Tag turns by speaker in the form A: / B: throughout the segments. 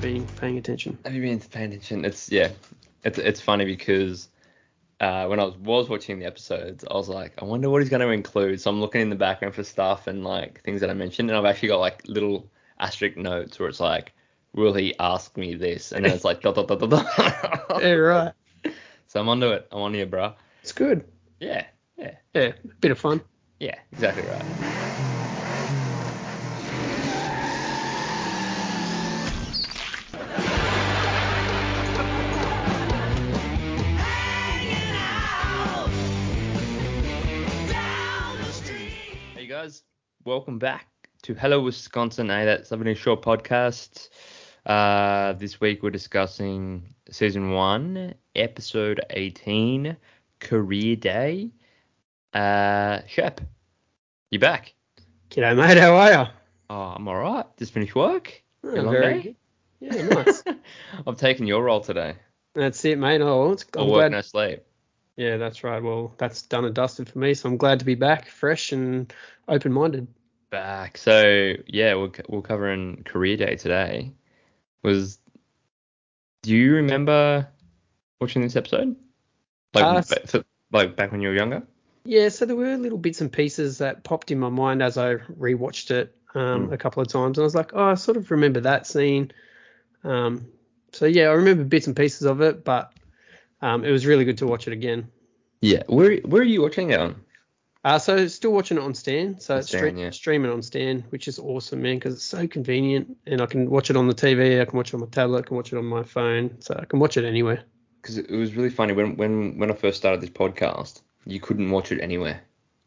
A: been paying attention.
B: Have you been paying attention? It's yeah, it's it's funny because uh, when I was, was watching the episodes, I was like, I wonder what he's going to include. So I'm looking in the background for stuff and like things that I mentioned, and I've actually got like little asterisk notes where it's like, will he ask me this? And then it's like dot dot dot dot dot.
A: Yeah, right.
B: so I'm onto it. I'm on you, bruh.
A: It's good.
B: Yeah, yeah,
A: Yeah, bit of fun.
B: yeah, exactly right. Hey guys, welcome back to Hello Wisconsin, a that's Loving Short podcast. Uh, this week we're discussing season one, episode 18, Career Day. Uh, Shep, you back?
A: Kiddo mate, how are ya?
B: Oh, I'm all right. Just finished work.
A: Oh,
B: Your long day?
A: good. Yeah, nice.
B: I've taken your role today.
A: that's it, mate. Oh, well, it's,
B: I
A: I'm
B: work,
A: glad.
B: no sleep.
A: Yeah, that's right. Well, that's done and dusted for me, so I'm glad to be back, fresh and open-minded.
B: Back. So yeah, we're c- we're covering Career Day today. Was do you remember watching this episode? Like
A: Uh,
B: ba- so- like back when you were younger?
A: Yeah, so there were little bits and pieces that popped in my mind as I rewatched it um,
B: Mm.
A: a couple of times, and I was like, oh, I sort of remember that scene. Um, so yeah, I remember bits and pieces of it, but um, it was really good to watch it again.
B: Yeah. Where where are you watching that on?
A: Uh, so still watching it on Stan. So
B: On
A: it's
B: Stan,
A: stre-
B: yeah.
A: streaming on Stan, which is awesome, man, because it's so convenient, and I can watch it on the TV, I can watch it on my tablet, I can watch it on my phone, so I can watch it anywhere.
B: Because it it was really funny when when when I first started this podcast, you couldn't watch it anywhere.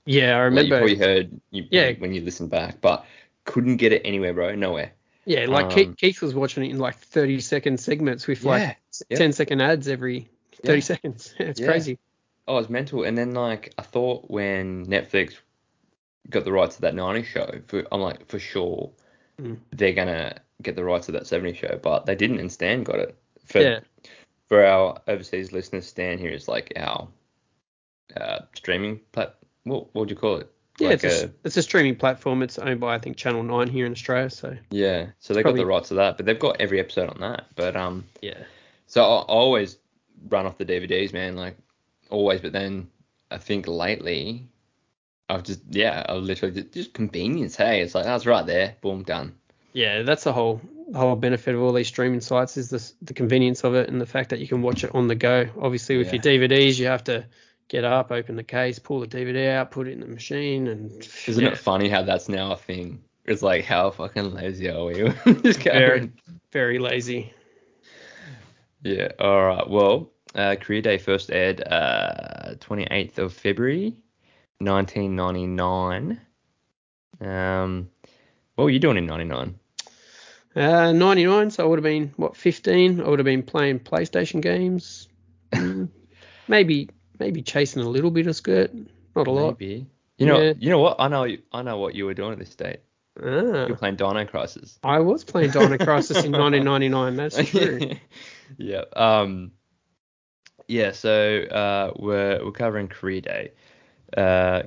A: Yeah, I
B: Like, you
A: remember.
B: probably heard you,
A: Yeah.
B: when you listened back, but couldn't get it anywhere, bro. Nowhere.
A: yeah, like
B: um,
A: Keith, Keith was watching it in like 30 second segments with
B: Yeah,
A: like s-
B: yeah.
A: 10 second ads every 30
B: Yeah.
A: seconds. it's
B: Yeah.
A: crazy.
B: Oh, it's mental. And then like I thought when Netflix got the rights to that 90s show, for, I'm like for sure
A: Mm.
B: they're gonna get the rights to that 70s show, but they didn't, and Stan got it. For
A: yeah,
B: for our overseas listeners, Stan here is like our uh, streaming plat. What what would you call it?
A: yeah,
B: like
A: it's, a, s- it's a streaming platform. It's owned by I think Channel Nine here in Australia. So
B: yeah. So they
A: probably-
B: got the rights to that, but they've got every episode on that. But um,
A: yeah,
B: So I I always run off the DVDs, man, like always. But then I think lately, I've just yeah, I was literally just, just convenience. Hey, it's like that's right there, boom, done.
A: yeah, that's the whole whole benefit of all these streaming sites is this the convenience of it and the fact that you can watch it on the go. Obviously, with
B: Yeah.
A: your DVDs, you have to get up, open the case, pull the DVD out, put it in the machine, and
B: Isn't
A: yeah,
B: it funny how that's now a thing? It's like how fucking lazy are we? just go
A: Very.
B: and-
A: very lazy.
B: Yeah. All right. Well, uh, Career Day first aired uh, 28th of February, 1999. Um, what were you doing in 99?
A: Uh, 99, so I would have been, what, 15? I would have been playing PlayStation games. Mm, maybe maybe chasing a little bit of skirt. Not a lot.
B: Maybe. You know,
A: Yeah.
B: you know what? I know, I know what you were doing at this date.
A: Ah,
B: You're playing Dino Crisis.
A: I was playing Dino Crisis in 1999. That's true.
B: yeah. Um. Yeah. So uh, we're we're covering Career Day. Uh,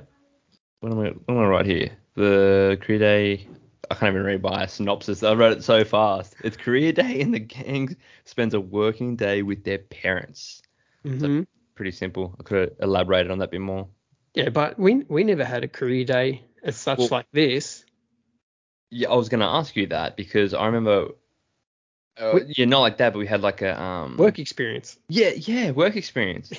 B: what am I what am I right here? The Career Day. I can't even read my synopsis. I wrote it so fast. It's Career Day, and the gang spends a working day with their parents.
A: hmm
B: Pretty simple. I could have elaborated on that a bit more.
A: Yeah, but we we never had a career day as such
B: Well-
A: like this.
B: Yeah, I was gonna ask you that because I remember. Uh,
A: We-
B: yeah, not like that, but we had like a um.
A: Work experience.
B: Yeah, yeah, work experience.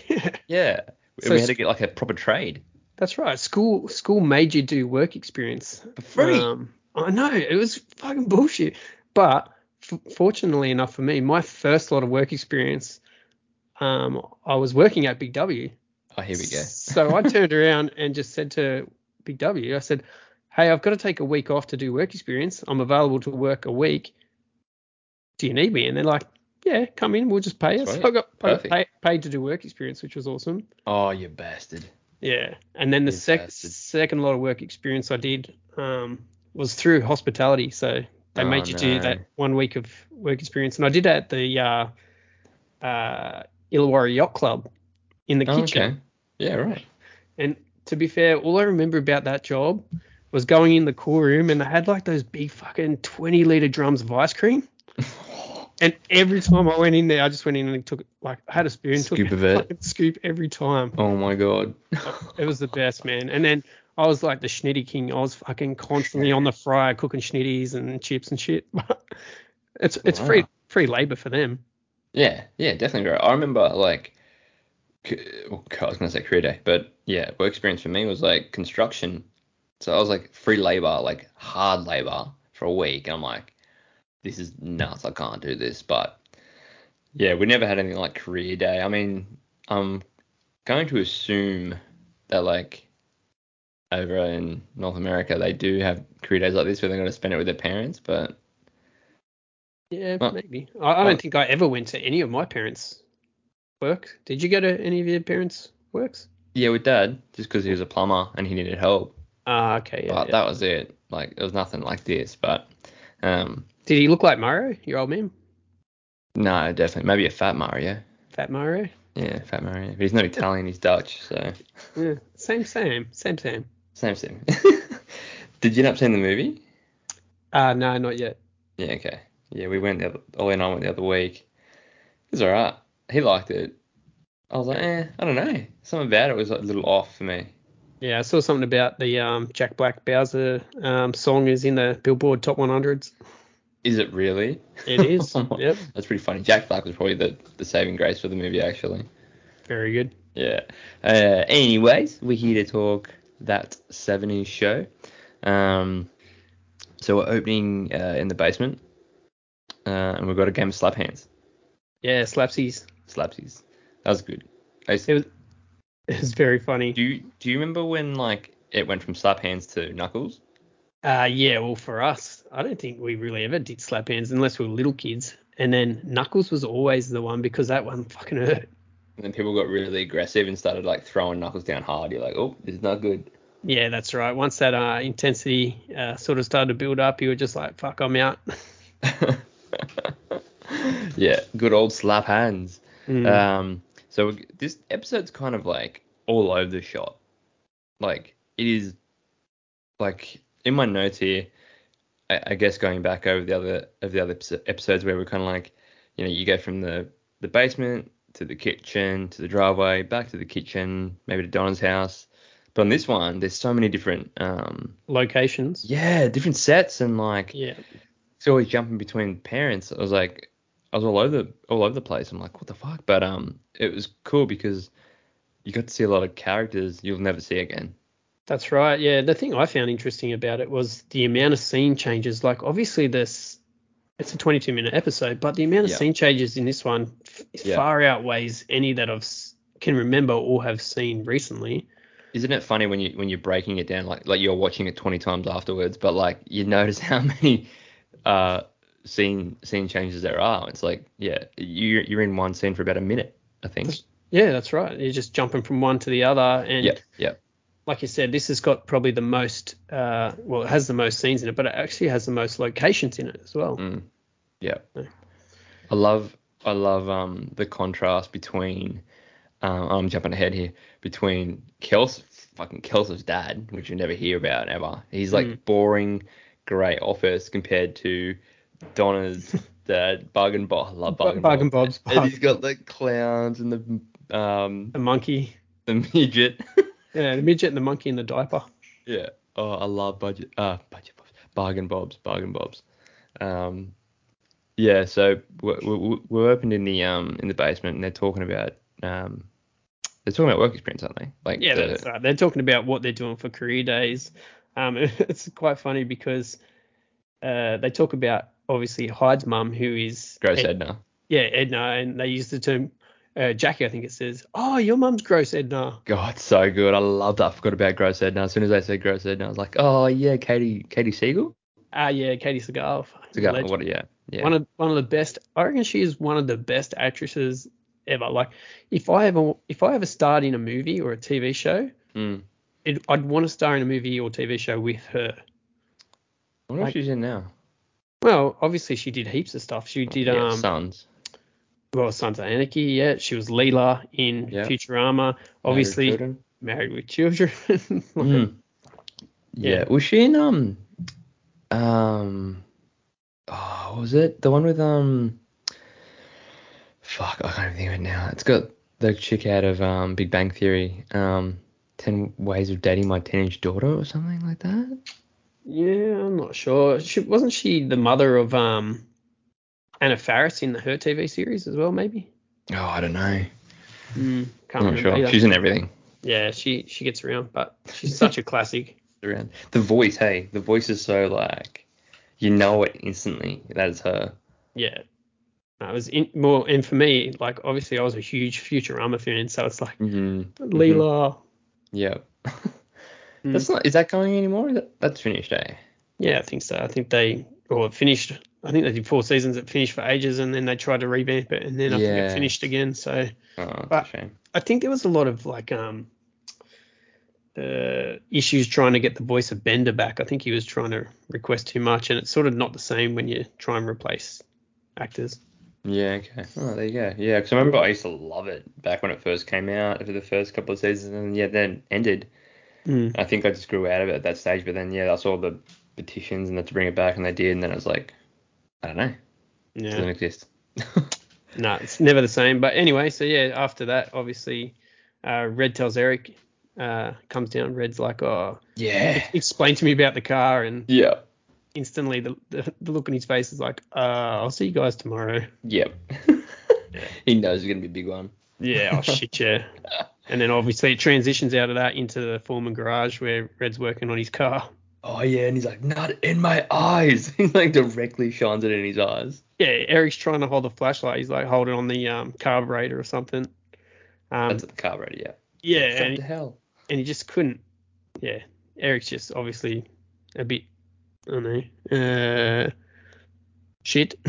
B: Yeah,
A: So
B: we
A: s-
B: had to get like a proper trade
A: That's right. School school made you do work experience.
B: for free.
A: Um, I know it was fucking bullshit, but f- fortunately enough for me, my first lot of work experience, um, I was working at Big W.
B: oh, here we go.
A: so I turned around and just said to Big W, I said, "Hey, I've got to take a week off to do work experience. I'm available to work a week. Do you need me?" And they're like, "Yeah, come in. We'll just pay us."
B: Sweet.
A: I got, I got
B: Perfect.
A: pay, paid to do work experience, which was awesome.
B: Oh, you bastard.
A: Yeah, and then the
B: You
A: sec-
B: bastard.
A: second lot of work experience I did um, was through hospitality. So they
B: Oh,
A: made you do
B: no.
A: that one week of work experience, and I did that at the uh, uh, Illawarra Yacht Club in the
B: Oh,
A: kitchen.
B: okay. Yeah, right.
A: And to be fair, all I remember about that job was going in the cool room, and they had like those big fucking twenty liter drums of ice cream. And every time I went in there, I just went in and took like I had a spoon,
B: Scoop
A: took
B: of it.
A: a fucking scoop every time.
B: Oh my god.
A: It was the best, man. And then I was like the schnitty king. I was fucking constantly on the fryer cooking schnitties and chips and shit. But it's it's
B: Wow.
A: free free labor for them.
B: Yeah, yeah, definitely great. I remember like, c- oh, God, I was gonna say career day, but yeah, work experience for me was like construction. So I was like free labor, like hard labor for a week. I'm like, this is nuts. I can't do this. But yeah, we never had anything like career day. I mean, I'm going to assume that like over in North America they do have career days like this where they're gonna spend it with their parents. But
A: Yeah,
B: Well-
A: maybe. I, I don't
B: well-
A: think I ever went to any of my parents' work. Did you go to any of your parents' works?
B: yeah, with dad, just because he was a plumber and he needed help.
A: Ah, okay. Yeah,
B: but
A: yeah.
B: that was it. Like it was nothing like this. But um,
A: Did he look like Mario, your old man?
B: no, definitely maybe a fat Mario.
A: Fat Mario?
B: Yeah, fat Mario. But he's not Italian. He's Dutch. So
A: Yeah. Same, same. Same, same.
B: same thing. Did you not see the movie?
A: Ah, no, not yet.
B: Yeah. Okay. Yeah, we went the other. Ollie and I went the other week. It was alright. He liked it. I was like, eh, I don't know. Something about it was like, a little off for me.
A: Yeah, I saw something about the um, Jack Black Bowser um, song is in the Billboard Top 100s.
B: Is it really?
A: It is. yep.
B: That's pretty funny. Jack Black was probably the, the saving grace for the movie, actually.
A: Very good.
B: Yeah. Uh, anyways, we're here to talk that 70s show. Um, so we're opening uh, in the basement, uh, and we've got a game of slap hands,
A: Yeah, slapsies.
B: slapsies. That was good. I used-
A: It was. It was very funny.
B: do you do you remember when like it went from slap hands to knuckles?
A: Uh, yeah, well, for us, I don't think we really ever did slap hands unless we were little kids. And then Knuckles was always the one because that one fucking hurt.
B: And then people got really aggressive and started like throwing knuckles down hard. You're like, oh, this is not good.
A: Yeah, that's right. Once that uh, intensity uh, sort of started to build up, you were just like, fuck, I'm out.
B: yeah, good old slap hands.
A: Mm.
B: Um, so we- this episode's kind of like all over the shop. Like it is, like in my notes here, I, I guess going back over the other of the other episo- episodes where we're kind of like, you know, you go from the the basement to the kitchen to the driveway back to the kitchen, maybe to Donna's house. But on this one, there's so many different, um,
A: Locations.
B: yeah, different sets and like
A: Yeah.
B: it's always jumping between parents. I was like, I was all over the all over the place. I'm like, what the fuck? But um, it was cool because you got to see a lot of characters you'll never see again.
A: That's right. Yeah, the thing I found interesting about it was the amount of scene changes. Like, obviously, this it's a 22 minute episode, but the amount of
B: Yeah.
A: scene changes in this one f-
B: Yeah.
A: far outweighs any that I've s- can remember or have seen recently.
B: Isn't it funny when you when you're breaking it down like like you're watching it 20 times afterwards, but like you notice how many uh scene scene changes there are. It's like yeah, you you're in one scene for about a minute, I think.
A: Yeah, that's right. You're just jumping from one to the other, and
B: Yeah, yeah.
A: like you said, this has got probably the most uh, well, it has the most scenes in it, but it actually has the most locations in it as well.
B: Mm. Yeah.
A: Yeah.
B: I love I love um the contrast between um I'm jumping ahead here between Kels fucking Kelso's dad, which you never hear about ever. He's like
A: Mm.
B: boring, grey office compared to Donna's dad, Bug and Bob. I love Bug
A: Bargain
B: and
A: Bargain
B: Bob.
A: Bob's
B: And he's got the clowns and the um
A: the monkey,
B: the midget.
A: yeah, the midget and the monkey in the diaper.
B: Yeah. Oh, I love budget. Uh, budget bobs. Bargain bobs. Bargain bobs. Um, yeah. So we're, we're, we're opened in the um in the basement, and they're talking about um they're talking about work experience, aren't they? Like
A: Yeah,
B: the-
A: that's uh, right. They're talking about what they're doing for career days. Um, it's quite funny because uh, they talk about obviously Hyde's mum, who is
B: gross
A: Ed-
B: Edna.
A: Yeah, Edna, and they use the term uh, Jackie. I think it says, "Oh, your mum's gross, Edna."
B: God, so good. I love that. I forgot about gross Edna. As soon as I said gross Edna, I was like, oh yeah, Katie Katie Siegel.
A: Ah, yeah, Katie Segal.
B: Segal. What? Yeah. Yeah.
A: One of one of the best. I reckon she is one of the best actresses ever. Like, if I ever if I ever starred in a movie or a TV show,
B: Mm.
A: it, I'd want to star in a movie or TV show with her.
B: I wonder
A: like-
B: if she's in now.
A: Well, obviously she did heaps of stuff. She did
B: yeah,
A: um,
B: Sons.
A: well, Sons of Anarchy, yeah. She was Leela in
B: Yeah.
A: Futurama, obviously married,
B: Children.
A: with Children.
B: Mm.
A: Yeah.
B: Yeah. Was she in um um oh what was it? The one with um fuck, I can't even think of it now. It's got the chick out of um, Big Bang Theory, um, Ten Ways of Dating My Teenage Daughter or something like that.
A: Yeah, I'm not sure. She, wasn't she the mother of um, Anna Faris in her TV series as well? Maybe.
B: Oh, I don't know.
A: Mm,
B: I'm
A: can't
B: not
A: remember.
B: sure.
A: either.
B: She's in everything.
A: yeah, she she gets around, but she's such a classic.
B: Around the voice, hey, the voice is so like, you know it instantly. That is her.
A: Yeah. No, it was in, more, and for me, like obviously I was a huge Futurama fan, so it's like
B: Mm-hmm.
A: Leela.
B: Yeah. That's not. Is that going anymore? Is that, that's finished, eh?
A: Yeah, I think so. I think they or it finished. I think they did four seasons. It finished for ages, and then they tried to revamp it, and then I think
B: Yeah.
A: it finished again. So
B: Oh, that's
A: But-
B: a shame.
A: I think there was a lot of like um uh, issues trying to get the voice of Bender back. I think he was trying to request too much, and it's sort of not the same when you try and replace actors.
B: Yeah. Okay. Oh, there you go. Yeah, because I remember I used to love it back when it first came out after the first couple of seasons, and yeah, then ended.
A: Mm.
B: I think I just grew out of it at that stage, but then yeah, I saw the petitions and that to bring it back, and they did, and then I was like, I don't know, it
A: Yeah.
B: doesn't exist.
A: no, it's never the same. But anyway, so yeah, after that, obviously, uh, Red tells Eric, uh, comes down. Red's like, oh,
B: yeah.
A: explain to me about the car. And
B: Yeah.
A: instantly, the, the, the look on his face is like, uh, I'll see you guys tomorrow.
B: Yep. he knows it's gonna be a big one.
A: Yeah, oh shit, yeah. And then obviously it transitions out of that into the Foreman garage where Red's working on his car.
B: Oh yeah, and he's like, not in my eyes. he like directly shines it in his eyes.
A: Yeah, Eric's trying to hold the flashlight. He's like holding on the um, carburetor or something. Um,
B: That's at the carburetor, yeah.
A: yeah,
B: What
A: and
B: the hell?
A: and he just couldn't. Yeah, Eric's just obviously a bit, I don't know, uh, shit.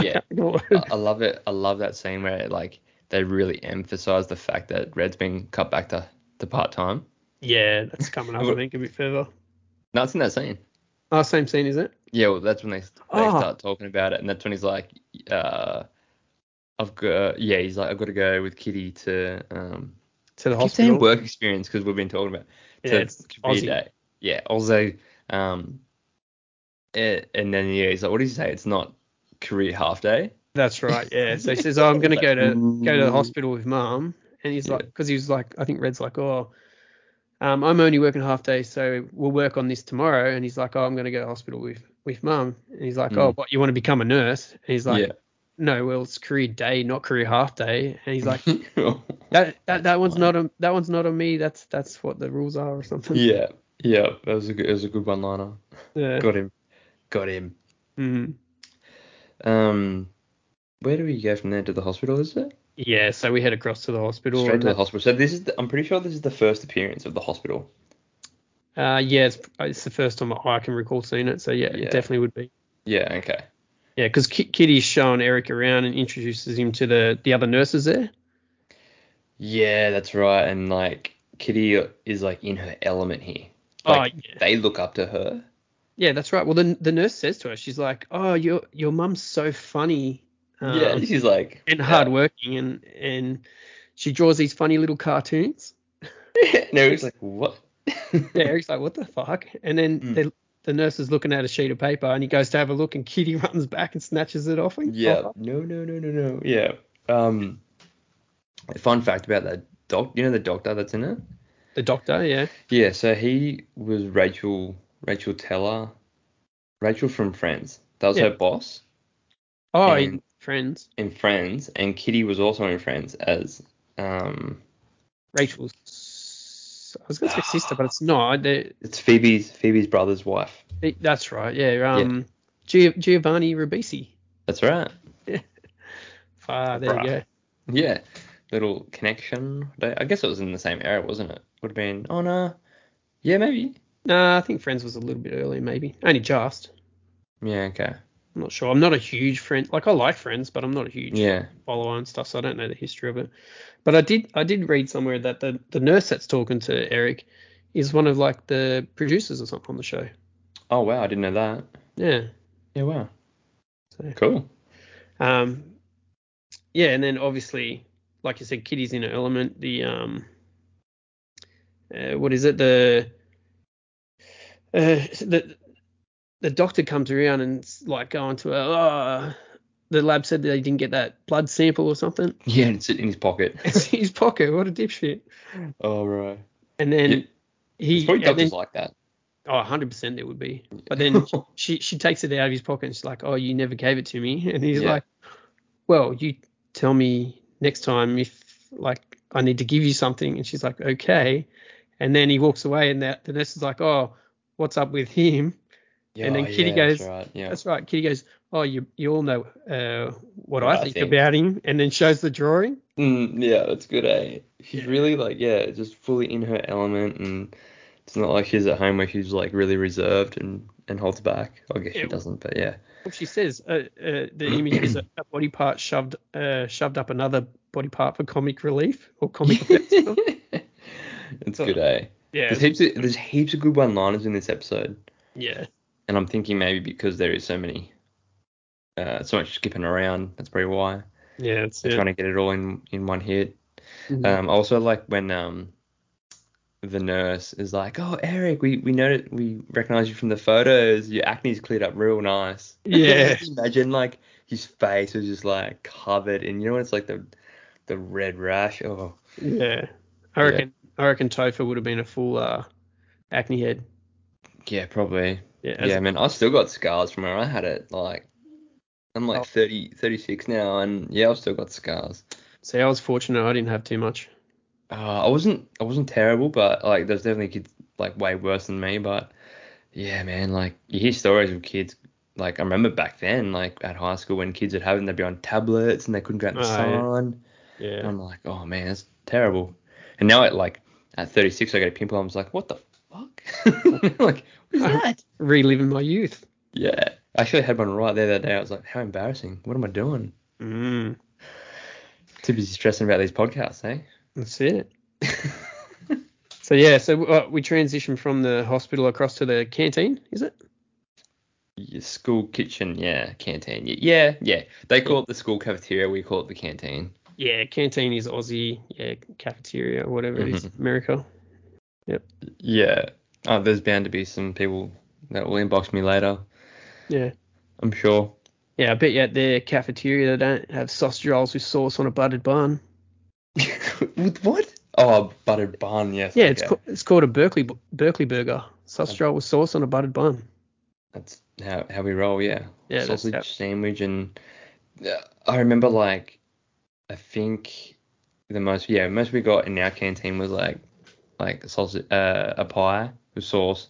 B: Yeah. Uh, I, I love it. I love that scene where like they really emphasize the fact that Red's been cut back to, to part time.
A: yeah, that's coming up, I think, a bit further.
B: No, it's in that scene.
A: Oh, same scene, is it?
B: Yeah, well, that's when they, they
A: Oh.
B: start talking about it, and that's when he's like, uh, I've got, yeah, he's like, I've got to go with Kitty to, um,
A: To the
B: I keep saying
A: hospital.
B: work experience because we've been talking about
A: Yeah,
B: to
A: it's
B: career
A: Aussie.
B: day. Yeah, also, um, eh, and then yeah, he's like, what did you say? It's not career half day.
A: That's right. Yeah. So he says, "Oh, I'm gonna go to go to the
B: Mm.
A: hospital with mum," and he's
B: Yeah.
A: like, because he was like, I think Red's like, "Oh, um, I'm only working half day, so we'll work on this tomorrow." And he's like, "Oh, I'm gonna go to hospital with with mum," and he's like, "Oh, but you want to become a nurse?" And he's like,
B: Mm. Yeah.
A: "No, well, it's career day, not career half day," and he's like.
B: yeah,
A: That, that that one's not on that one's not on me. That's that's what the rules are or something.
B: yeah, that was a good, that was a good one liner.
A: Yeah.
B: Got him, got him.
A: Mhm.
B: Um, where do we go from there to the hospital? Is it?
A: Yeah. So we head across to the hospital.
B: Straight
A: and
B: to the hospital. So this is, the, I'm pretty sure this is the first appearance of the hospital.
A: that- Uh, yeah. It's, it's the first time I can recall seeing it. So yeah,
B: Yeah.
A: it definitely would be.
B: Yeah. Okay.
A: Yeah, because Kitty's showing Eric around and introduces him to the the other nurses there.
B: Yeah, that's right. And like Kitty is like in her element here.
A: Oh,
B: Like,
A: yeah.
B: They look up to her.
A: Yeah, that's right. Well, the the nurse says to her, she's like, "Oh, your your mum's so funny um,
B: yeah, she's like
A: and hardworking, and and she draws these funny little cartoons."
B: no, it's like what?
A: Yeah, Eric's like, "What the fuck?" And then
B: Mm.
A: the the nurse is looking at a sheet of paper, and he goes to have a look, and Kitty runs back and snatches it off him. Oh,
B: Yeah. No, no, no, no, no. Yeah. Um. Fun fact about that doc. You know the doctor that's in it.
A: the doctor. Yeah,
B: Yeah. So he was Rachel. Rachel Teller. Rachel from Friends. That was
A: Yeah.
B: her boss
A: oh,
B: And-
A: he- friends,
B: in Friends, and Kitty was also in Friends as um.
A: Rachel's. I was gonna say sister, but it's not. They-
B: It's Phoebe's Phoebe's brother's wife.
A: It- That's right. Yeah. Um, Gio- Giovanni Ribisi.
B: That's right.
A: Ah, there
B: Bruh.
A: you go.
B: Yeah. Little connection. I guess it was in the same era, wasn't it? Would have been. Oh no. Yeah, maybe.
A: Nah, I think Friends was a little bit earlier, maybe. Only just.
B: Yeah. Okay.
A: I'm not sure. I'm not a huge friend. Like I like Friends, but I'm not a huge
B: Yeah.
A: follower and stuff, so I don't know the history of it. But I did I did read somewhere that the the nurse that's talking to Eric is one of like the producers or something on the show.
B: Oh wow, I didn't know that.
A: Yeah.
B: Yeah. Wow.
A: So.
B: Cool.
A: Um, yeah, and then obviously, like you said, Kitty's in her element. The um, uh, what is it? The uh, the the doctor comes around and it's like going to her, oh, the lab said they didn't get that blood sample or something.
B: Yeah, and it's in his pocket.
A: It's in his pocket. What a dipshit.
B: oh right.
A: And then
B: Yeah.
A: he.
B: It's probably
A: and
B: doctors
A: then-
B: like that.
A: Oh, 100% it would be. But then she she takes it out of his pocket and she's like, "Oh, you never gave it to me." And he's
B: Yeah.
A: like, "Well, you tell me next time if like I need to give you something." And she's like, "Okay." And then he walks away and that the nurse is like, "Oh, what's up with him?" And then
B: Yeah,
A: Kitty
B: yeah,
A: goes,
B: That's right. Yeah.
A: That's right. Kitty goes, "Oh, you you all know uh, what
B: What
A: I,
B: I
A: think,
B: think."
A: about him," and then shows the drawing.
B: Mm, yeah, that's good, eh? She's really like, yeah, just fully in her element, and it's not like she's at home where she's like really reserved and and holds back. I guess she
A: Yeah.
B: doesn't, but yeah.
A: Well, she says uh, uh, the image is a, a body part shoved uh, shoved up another body part for comic relief or comic effect. or something.
B: it's good, eh?
A: yeah,
B: There's heaps of there's heaps of good one-liners in this episode,
A: yeah,
B: and I'm thinking maybe because there is so many, uh, so much skipping around. That's probably why
A: yeah. That's
B: they're
A: it.
B: trying to get it all in in one hit.
A: Mhm.
B: Um, I also like when um the nurse is like, "Oh, Eric, we we know we recognize you from the photos. Your acne's cleared up real nice."
A: Yeah.
B: Just Imagine like his face was just like covered, and you know when it's like the the red rash. Oh,
A: yeah, I
B: Yeah.
A: reckon I reckon Topher would have been a full uh, acne head.
B: yeah, probably.
A: Yeah, as-
B: Yeah, man, I still got scars from where I had it. Like, I'm like
A: Oh.
B: 30, 36 now, and yeah, I've still got scars.
A: See, I was fortunate; I didn't have too much.
B: Uh, I wasn't, I wasn't terrible, but like, there's definitely kids like way worse than me. But yeah, man, like you hear stories of kids. Like I remember back then, like at high school when kids would have it, and they'd be on tablets and they couldn't go out in the
A: Oh, yeah.
B: sun. And
A: Yeah,
B: I'm like, oh man, that's terrible. And now at like at 36, I get a pimple. I'm just like, what the fuck? like, what's that?
A: reliving my youth.
B: Yeah. I actually had one right there that day. I was like, how embarrassing. What am I doing?
A: Mm,
B: Too busy stressing about these podcasts, eh?
A: that's it. So yeah, so uh, we transition from the hospital across to the canteen. Is it?
B: Your school kitchen, yeah, canteen. Y- Yeah, yeah. They call it the school cafeteria. We call it the canteen.
A: Yeah, canteen is Aussie. Yeah, cafeteria or whatever it is. America.
B: Yeah. Oh, there's bound to be some people that will inbox me later,
A: Yeah.
B: I'm sure.
A: Yeah, I bet you at their cafeteria they don't have sausage rolls with sauce on a buttered bun.
B: With what? Oh, buttered bun, yes.
A: Yeah, it's
B: okay.
A: ca- it's called a Berkeley bu- Berkeley burger. Sausage roll with sauce on a buttered bun.
B: That's how, how we roll, yeah.
A: Yeah, that's
B: Sausage
A: how-
B: sandwich and uh, I remember like I think the most yeah most we got in our canteen was like like sausage uh, a pie with sauce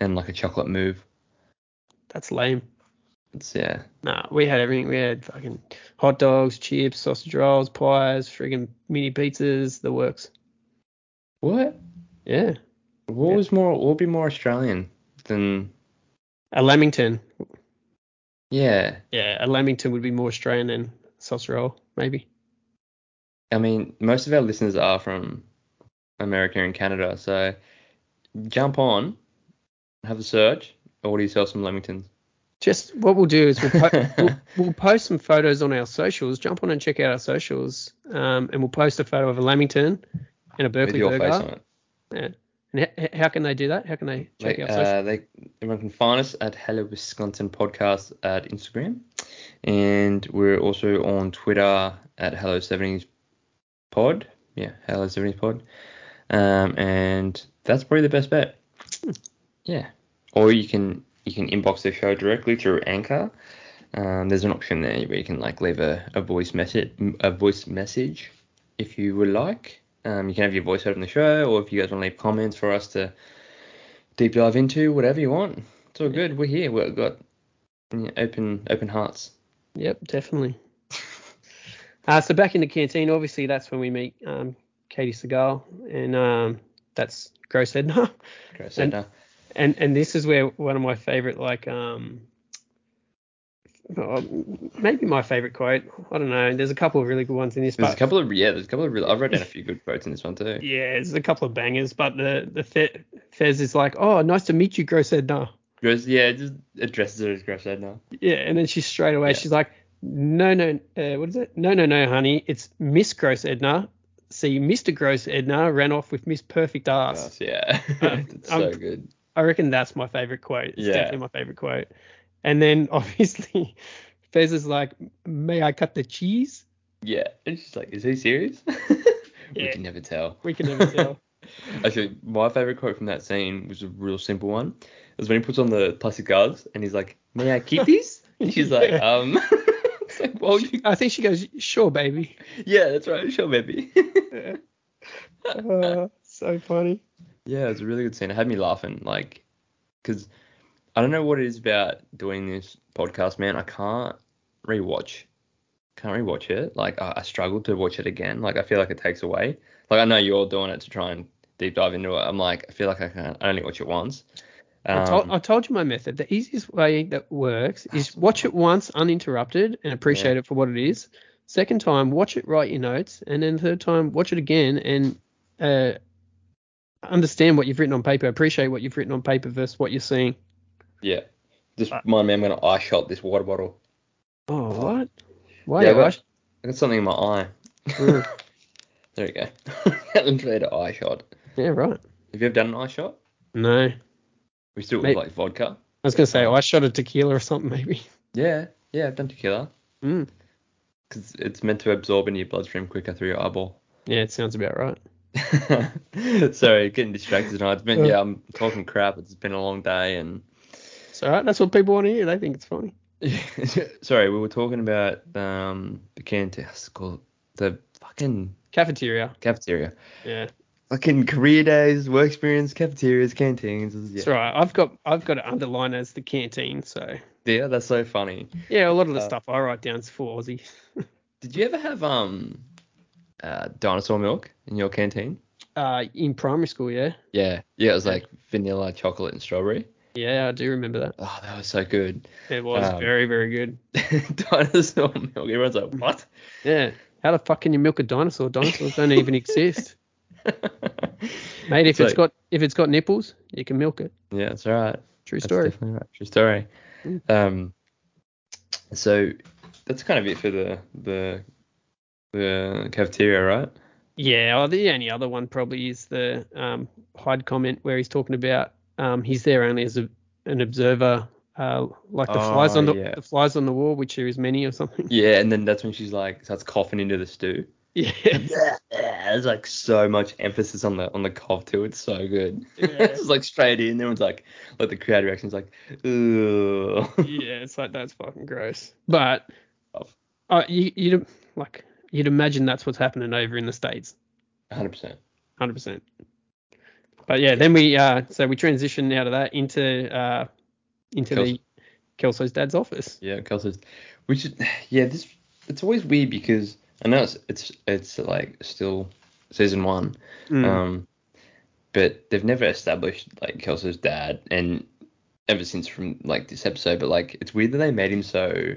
B: and like a chocolate move.
A: That's lame.
B: It's yeah
A: Nah, we had everything. We had fucking hot dogs, chips, sausage rolls, pies, friggin' mini pizzas, the works.
B: what
A: Yeah,
B: what
A: Yeah.
B: was more what would be more Australian than
A: a lamington.
B: yeah
A: Yeah, a lamington would be more Australian than sausage roll, maybe.
B: I mean most of our listeners are from America and Canada so jump on have a search order yourself some Lamingtons.
A: Just what we'll do is we'll, po- we'll, we'll post some photos on our socials. Jump on and check out our socials, um, and we'll post a photo of a lamington and a
B: with
A: Berkeley
B: your
A: burger.
B: face on it.
A: Yeah. And h- h- how can they do that? How can they check
B: They,
A: out social?
B: uh, they, everyone can find us at Hello Wisconsin Podcast at Instagram, and we're also on Twitter at Hello Seventies Pod. Yeah, Hello Seventies Pod, um, and that's probably the best bet.
A: Hmm.
B: Yeah, or you can you can inbox the show directly through Anchor. Um, there's an option there where you can like leave a, a voice message a voice message if you would like. Um, you can have your voice heard on the show, or if you guys want to leave comments for us to deep dive into whatever you want. It's all good. We're here. We've got mm, open open hearts.
A: Yep, definitely. Uh, so back in the canteen, obviously that's when we meet um, Katie Segal, and um, that's Gross Edna,
B: Great
A: And-
B: Sedna.
A: and and this is where one of my favorite like um, oh, maybe my favorite quote. I don't know. There's a couple of really good ones in this,
B: There's a
A: but
B: couple of yeah. There's a couple of real. I've read down a few good quotes in this one too.
A: yeah, there's a couple of bangers. But the the Fe- Fez is like, oh, nice to meet you, Gross Edna.
B: Gross, yeah, it just addresses her as Great Sedna.
A: Yeah, and then she straight away
B: Yeah.
A: she's like, no, no, uh, what is it? No, no, no, honey, it's Miss Gross Edna. See, Mr. Gross Edna ran off with Miss Perfect Ass.
B: Yes, yeah,
A: Um,
B: it's
A: um,
B: so good.
A: I reckon that's my favorite quote. It's
B: Yeah.
A: definitely my favorite quote. And then obviously, Fez- Bez is like, may I cut the cheese?
B: Yeah. It's just like, is he serious? We
A: Yeah.
B: can never tell.
A: We can never tell.
B: Actually, my favorite quote from that scene was a real simple one. It was when he puts on the plastic gloves and he's like, "May I keep these?" And she's like,
A: Yeah.
B: "Um." it's like, well, you...
A: I think she goes, sure, baby.
B: yeah, that's right. Sure, maybe.
A: Uh, so funny.
B: yeah, it was a really good scene. It had me laughing, like, because I don't know what it is about doing this podcast, man. I can't rewatch. Can't rewatch it. Like, I, I struggle to watch it again. Like, I feel like it takes away. Like, I know you're all doing it to try and deep dive into it. I'm like, I feel like I can I only watch it once.
A: I, told,
B: Um,
A: I told you my method. The easiest way that works is watch it once uninterrupted and appreciate it for what it is. Second time, watch it, write your notes, and then third time, watch it again and uh, understand what you've written on paper, appreciate what you've written on paper versus what you're seeing.
B: Yeah. Just mind me, I'm gonna eye shot this water bottle.
A: Oh, what? Why?
B: Yeah,
A: Yeah,
B: but- I got something in my eye.
A: Mm.
B: there we go. Literally an eye shot.
A: yeah right.
B: Have you ever done an eye shot?
A: No, I
B: We still with
A: Mate.
B: like vodka.
A: was gonna say oh, I shot a tequila or something maybe.
B: Yeah, yeah, I've done tequila.
A: Mm.
B: Because it's meant to absorb into your bloodstream quicker through your eyeball.
A: Yeah, it sounds about right.
B: Sorry, getting distracted tonight. It's been yeah, I'm talking crap. It's been a long day and
A: It's all right. That's what people want to hear. They think it's funny.
B: sorry, we were talking about um the canteen the fucking
A: Cafeteria.
B: cafeteria.
A: Yeah,
B: Fucking career days, work experience, cafeterias, canteens. Yeah.
A: it's all right. I've got I've got it underlined as the canteen. So
B: Yeah, that's so funny.
A: yeah, a lot of the
B: Uh,
A: stuff I write down is for Aussie.
B: Did you ever have um uh, dinosaur milk in your canteen?
A: Uh, in primary school, yeah,
B: Yeah, yeah, it was like vanilla, chocolate, and strawberry.
A: yeah, I do remember that.
B: Oh, that was so good.
A: It was
B: Um,
A: very very good.
B: dinosaur milk. Everyone's like, what?
A: Yeah. How the fuck can you milk a dinosaur? Dinosaurs don't even exist, mate. If
B: So-
A: it's got if it's got nipples, you can milk it.
B: yeah, that's right.
A: True
B: That's
A: story.
B: definitely right. True story.
A: Mm.
B: Um, so that's kind of it for the the the cafeteria, right?
A: Yeah, well, the only other one probably is the um, Hyde comment where he's talking about um, he's there only as a, an observer, uh, like the flies
B: Oh,
A: on the,
B: yeah.
A: the flies on the wall, which there is many or something.
B: Yeah, and then that's when she's like starts coughing into the stew.
A: Yeah,
B: There's like so much emphasis on the on the cough too. It's so good.
A: Yeah.
B: it's just, like straight in. Everyone's like, like the crowd reaction's like, ooh.
A: yeah, it's like that's fucking gross. But
B: Oh.
A: uh, you you like you'd imagine that's what's happening over in the states,
B: Hundred percent.
A: hundred percent. But yeah, then we uh, so we transition out of that into uh, into the Kelso's dad's office.
B: Yeah, Kelsey's. Which is, yeah, this it's always weird because I know it's it's it's like still season one,
A: Mm.
B: um, but they've never established like Kelsey's dad, and ever since from like this episode, but like it's weird that they made him so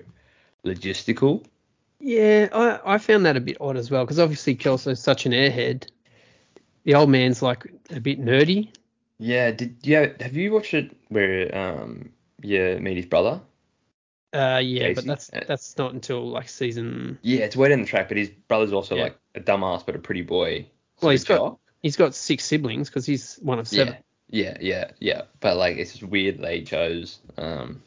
B: logistical.
A: Yeah, I, I found that a bit odd as well because obviously Kelso's such an airhead. The old man's like a bit nerdy.
B: Yeah, did yeah? Have you watched it where um yeah meet his brother?
A: Uh, yeah,
B: Casey,
A: but that's
B: uh,
A: that's not until like season.
B: Yeah, it's way down the track, but his brother's also
A: Yeah.
B: like a dumbass but a pretty boy.
A: Well, he's
B: sort of
A: got-
B: jock.
A: He's got six siblings because he's one of seven.
B: yeah, yeah, yeah, yeah. But like, it's just weird they chose um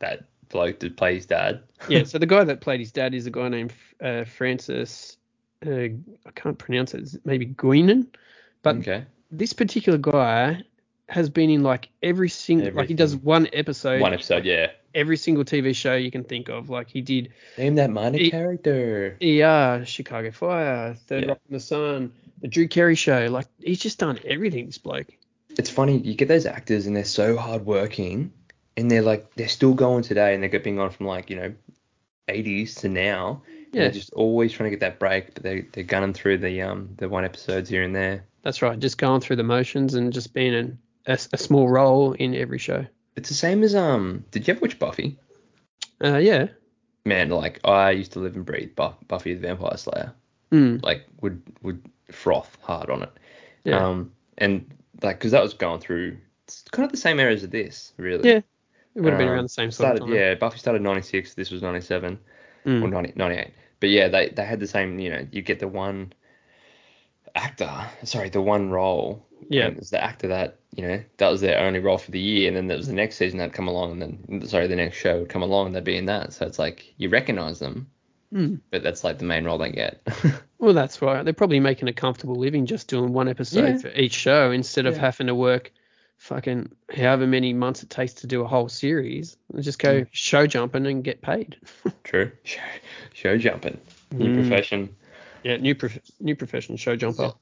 B: that bloke to play his dad.
A: Yeah. so the guy that played his dad is a guy named uh, Francis. Uh, I can't pronounce it. It's Maybe Guinan. But
B: okay.
A: this particular guy has been in like every single like he does
B: Everything.
A: one episode,
B: One e-, episode, yeah.
A: every single TV show you can think of. Like he did
B: Name that minor
A: He-
B: character.
A: ER, Chicago Fire, Third
B: Yeah.
A: Rock from the Sun, The Drew Carey Show. Like he's just done everything. This bloke.
B: It's funny you get those actors and they're so hardworking, and they're like they're still going today, and they're being on from like you know 80s to now. Yeah.
A: Yeah,
B: They're just always trying to get that break, but they they're gunning through the um the one episodes here and there.
A: that's right. Just going through the motions and just being in a, s- a small role in every show.
B: It's the same as um. Did you ever watch Buffy?
A: Uh, yeah.
B: Man, like I used to live and breathe Buff- Buffy the Vampire Slayer.
A: Mm,
B: Like would would froth hard on it.
A: yeah.
B: Um and like because that was going through it's kind of the same eras of this really.
A: Yeah, it would have been
B: um,
A: around the same sort
B: Started
A: of time.
B: yeah. Buffy started ninety six. This was ninety seven
A: Mm.
B: or 90, 98. But yeah, they they had the same. You know, you get the one actor. Sorry, the one role
A: Yeah.
B: and it's the actor that you know, that was their only role for the year, and then there was the next season that'd come along, and then sorry, the next show would come along, and they'd be in that. So it's like you recognise them,
A: Mm.
B: but that's like the main role they get.
A: Well, that's right. They're probably making a comfortable living just doing one episode
B: Yeah.
A: for each show instead of
B: Yeah.
A: having to work fucking however many months it takes to do a whole series. They Just go show jumping and get paid.
B: True. Show, show jumping, new
A: Mm.
B: profession.
A: Yeah, new prof- new profession, show jumper.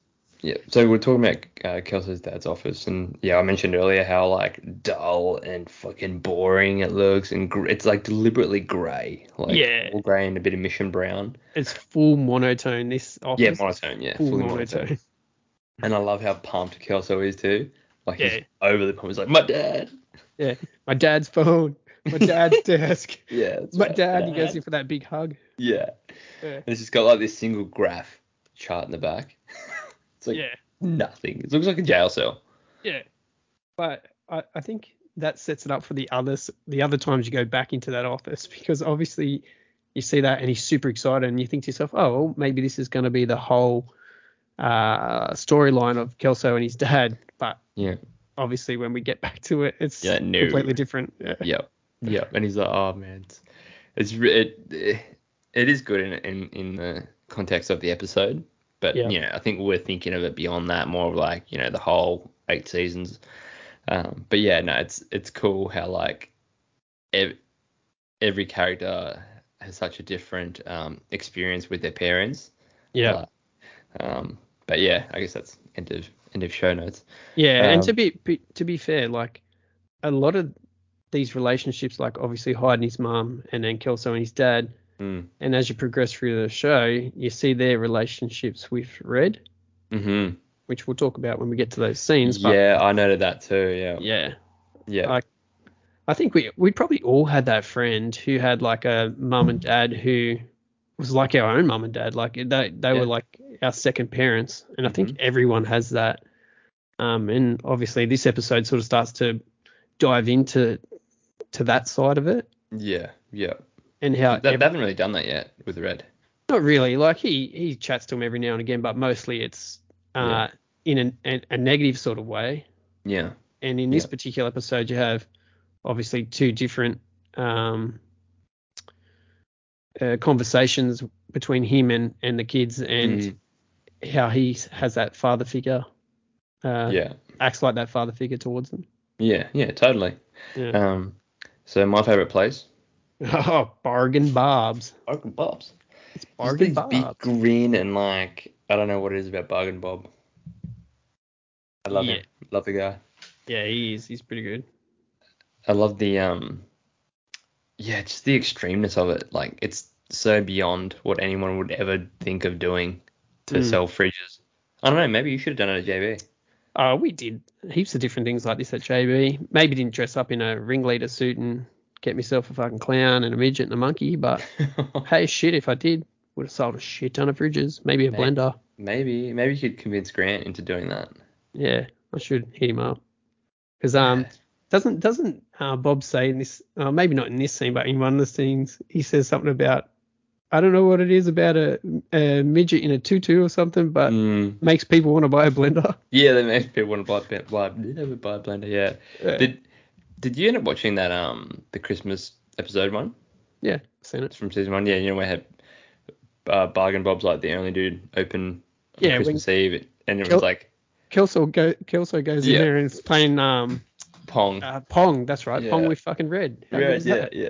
B: Yeah. So we're talking about uh, Kelsey's dad's office, and yeah, I mentioned earlier how like dull and fucking boring it looks, and gr- it's like deliberately grey, like
A: Yeah.
B: all grey and a bit of mission brown.
A: It's full monotone. This office.
B: Yeah,
A: is
B: monotone. Yeah,
A: Full
B: fully
A: monotone.
B: And I love how pumped Kelso is too. Like
A: Yeah.
B: he's overly pumped. He's like, my dad.
A: Yeah, my dad's phone, my dad's desk,
B: Yeah. that's
A: my
B: right,
A: dad. He goes in for that big hug.
B: Yeah.
A: Yeah.
B: And it's just got like this single graph chart in the back. it's like
A: yeah,
B: nothing. It looks like a jail cell.
A: yeah. But I, I think that sets it up for the others. The other times you go back into that office because obviously you see that and he's super excited and you think to yourself, oh, well, maybe this is going to be the whole uh, storyline of Kelso and his dad. But
B: Yeah.
A: obviously when we get back to it, it's
B: Yeah, no.
A: completely different. Yeah.
B: Yep. Yep. And he's like, oh man, it's it's re- it, it is good in in in the context of the episode, but
A: Yeah.
B: you know I think we're thinking of it beyond that more of like you know the whole eight seasons. Um, but yeah, no, it's it's cool how like ev- every character has such a different um, experience with their parents.
A: yeah.
B: Um, but yeah, I guess that's end of end of show notes.
A: Yeah, and to
B: Um,
A: be, be to be fair, like a lot of these relationships, like obviously Hyde and his mum, and then Kelso and his dad,
B: Mm.
A: and as you progress through the show, you see their relationships with Red,
B: hmm
A: which we'll talk about when we get to those scenes. But
B: Yeah, I noted that too. Yeah.
A: yeah,
B: Yeah.
A: I- I think we we probably all had that friend who had like a mum and dad who was like our own mum and dad, like they they
B: Yeah. Mm-hmm.
A: were like our second parents, and I think everyone has that. Um, and obviously this episode sort of starts to dive into to that side of it
B: yeah. Yeah.
A: and how
B: They,
A: ev-
B: they haven't really done that yet with Red.
A: not really like he he chats to him every now and again, but mostly it's uh in an, an, a negative sort of way.
B: Yeah.
A: And in this
B: Yeah.
A: particular episode, you have obviously two different um, uh, conversations between him and, and the kids, and how he s- has that father figure, uh,
B: Mm-hmm. yeah.
A: acts like that father figure towards them.
B: Yeah. Yeah. Totally.
A: Yeah.
B: Um. So my favorite place.
A: oh, bargain bobs.
B: Bargain Bob's.
A: It's
B: Just
A: bargain
B: this
A: bobs.
B: Big grin and like I don't know what it is about Bargain Bob. I love him. Love the guy.
A: Yeah, he is. He's pretty good.
B: I love the um. Yeah, just the extremeness of it. Like it's so beyond what anyone would ever think of doing to
A: Mm.
B: sell fridges. I don't know. Maybe you should have done it at JB.
A: Oh, we did heaps of different things like this at JB. Maybe didn't dress up in a ringleader suit and get myself a fucking clown and a midget and a monkey, but hey, shit, if I did, would have sold a shit ton of fridges, maybe a
B: Hey.
A: blender.
B: maybe, maybe you could convince Grant into doing that.
A: Yeah, I should hit him up. Because um,
B: Yeah.
A: doesn't doesn't uh, Bob say in this? Uh, maybe not in this scene, but in one of the scenes, he says something about I don't know what it is about a, a midget in a tutu or something, but
B: Mm.
A: makes people want to buy a blender.
B: Yeah, they made people want to buy buy did ever buy a blender. Yeah.
A: Yeah,
B: Did did you end up watching that um the Christmas episode one?
A: yeah, seen it.
B: It's from season one. Yeah, you know where had uh, Bargain Bob's like the only dude open on
A: Yeah, when-
B: Christmas Eve, and it
A: Kel-
B: was like
A: Kelso go Kelso goes
B: Yeah.
A: in there and is playing um
B: Pong.
A: uh, Pong. That's right, Pong
B: Yeah.
A: with fucking red. How good
B: yeah,
A: is
B: yeah,
A: that?
B: yeah.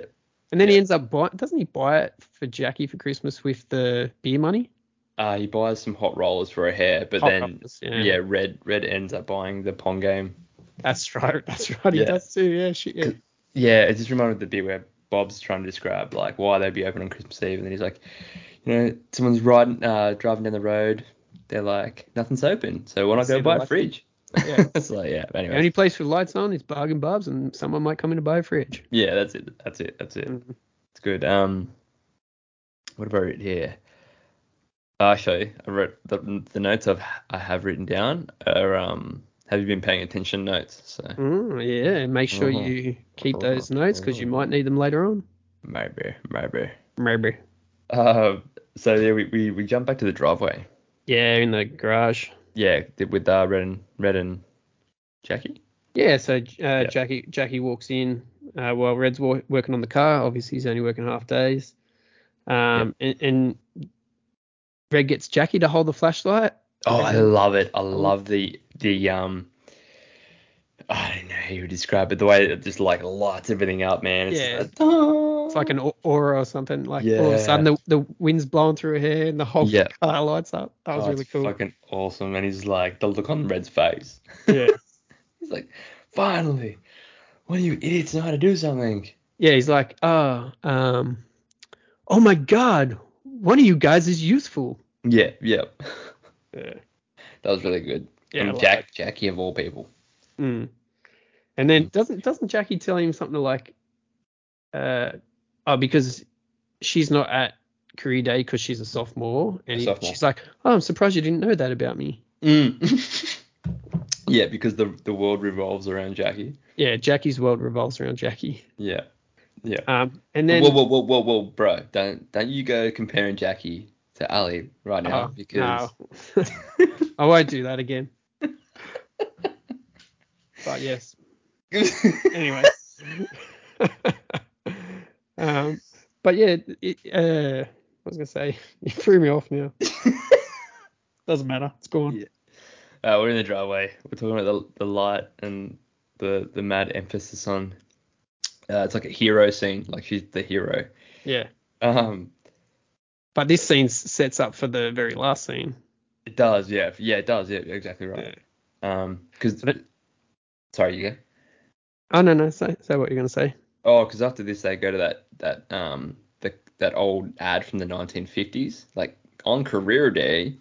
A: And then he
B: yeah.
A: ends up buy doesn't he buy it for Jackie for Christmas with the beer money?
B: Uh, he buys some hot rollers for her hair, but
A: Hot
B: then
A: rollers, yeah.
B: yeah. Red Red ends up buying the Pong game.
A: That's right. That's right. He
B: Yeah.
A: does too. Yeah, shit. Yeah.
B: Yeah, it just reminded me of the bit where Bob's trying to describe like why they'd be open on Christmas Eve, and then he's like, you know, someone's riding, uh, driving down the road. They're like, nothing's open, so why not
A: See
B: go
A: the
B: buy a
A: light-
B: fridge?
A: Yeah.
B: it's like, yeah. but
A: The
B: Anyway,
A: only place with lights on is Bargain Bob's, and someone might come in to buy a fridge.
B: yeah, that's it. That's it. That's it.
A: Mhm.
B: It's good. Um, what have I written here? I show you. I wrote the, the notes I've I have written down are um, have you been paying attention notes? So
A: Mm, yeah. Make sure
B: Mhm.
A: you keep
B: Mhm.
A: those notes because you might need them later on.
B: maybe, maybe.
A: Maybe.
B: Uh, so yeah, we, we we jump back to the driveway.
A: Yeah, in the garage.
B: Yeah, th- with uh, Red and Red and Jackie.
A: Yeah, so uh, Jackie Jackie walks in uh, while Red's wo- working on the car. Obviously, he's only working half days. Um, and, and Red gets Jackie to hold the flashlight.
B: Oh, I
A: Yeah.
B: love it. I love the the um. I don't know how you would describe it. The way it just like lights everything up, man. It's
A: Yeah.
B: Like, "Oh."
A: It's like an au- aura or something. Like all of a sudden,
B: Yeah.
A: the, the wind's blowing through her hair and the whole
B: Yeah.
A: car lights up. That was
B: Oh,
A: really
B: it's
A: cool.
B: Fucking awesome. And he's like the look on Red's face.
A: Yeah.
B: He's like, finally, when you idiots know how to do something.
A: Yeah, he's like, oh, um, oh my God, one of you guys is useful.
B: Yeah, yeah.
A: Yeah.
B: That was really good.
A: Yeah, I
B: and
A: like
B: Jack, Jackie of all people.
A: Mm. And
B: Hmm.
A: then doesn't doesn't Jackie tell him something like, uh, oh, because she's not at career day because she's a sophomore, and
B: A
A: he-
B: sophomore.
A: she's like, oh, I'm surprised you didn't know that about me.
B: Mm. yeah, because the the world revolves around Jackie.
A: Yeah, Jackie's world revolves around Jackie.
B: Yeah, yeah.
A: Um, and then
B: whoa, whoa, whoa, whoa, whoa, bro! Don't don't you go comparing Jackie to Ali right now
A: Oh,
B: because
A: no. I won't do that again. but yes, anyway. um, but yeah, it, uh, I was gonna say you threw me off now. Doesn't matter, it's gone.
B: Yeah. Uh, we're in the driveway. We're talking about the, the light and the the mad emphasis on. Uh, it's like a hero scene. Like she's the hero.
A: Yeah.
B: Um,
A: But this scene s- sets up for the very last scene.
B: it does. Yeah. Yeah, it does. Yeah, exactly right. Um, because
A: But it-
B: sorry, you go.
A: Oh no no, say say what you're gonna say.
B: Oh, because after this they go to that that um the, that old ad from the 1950s, like on Career Day.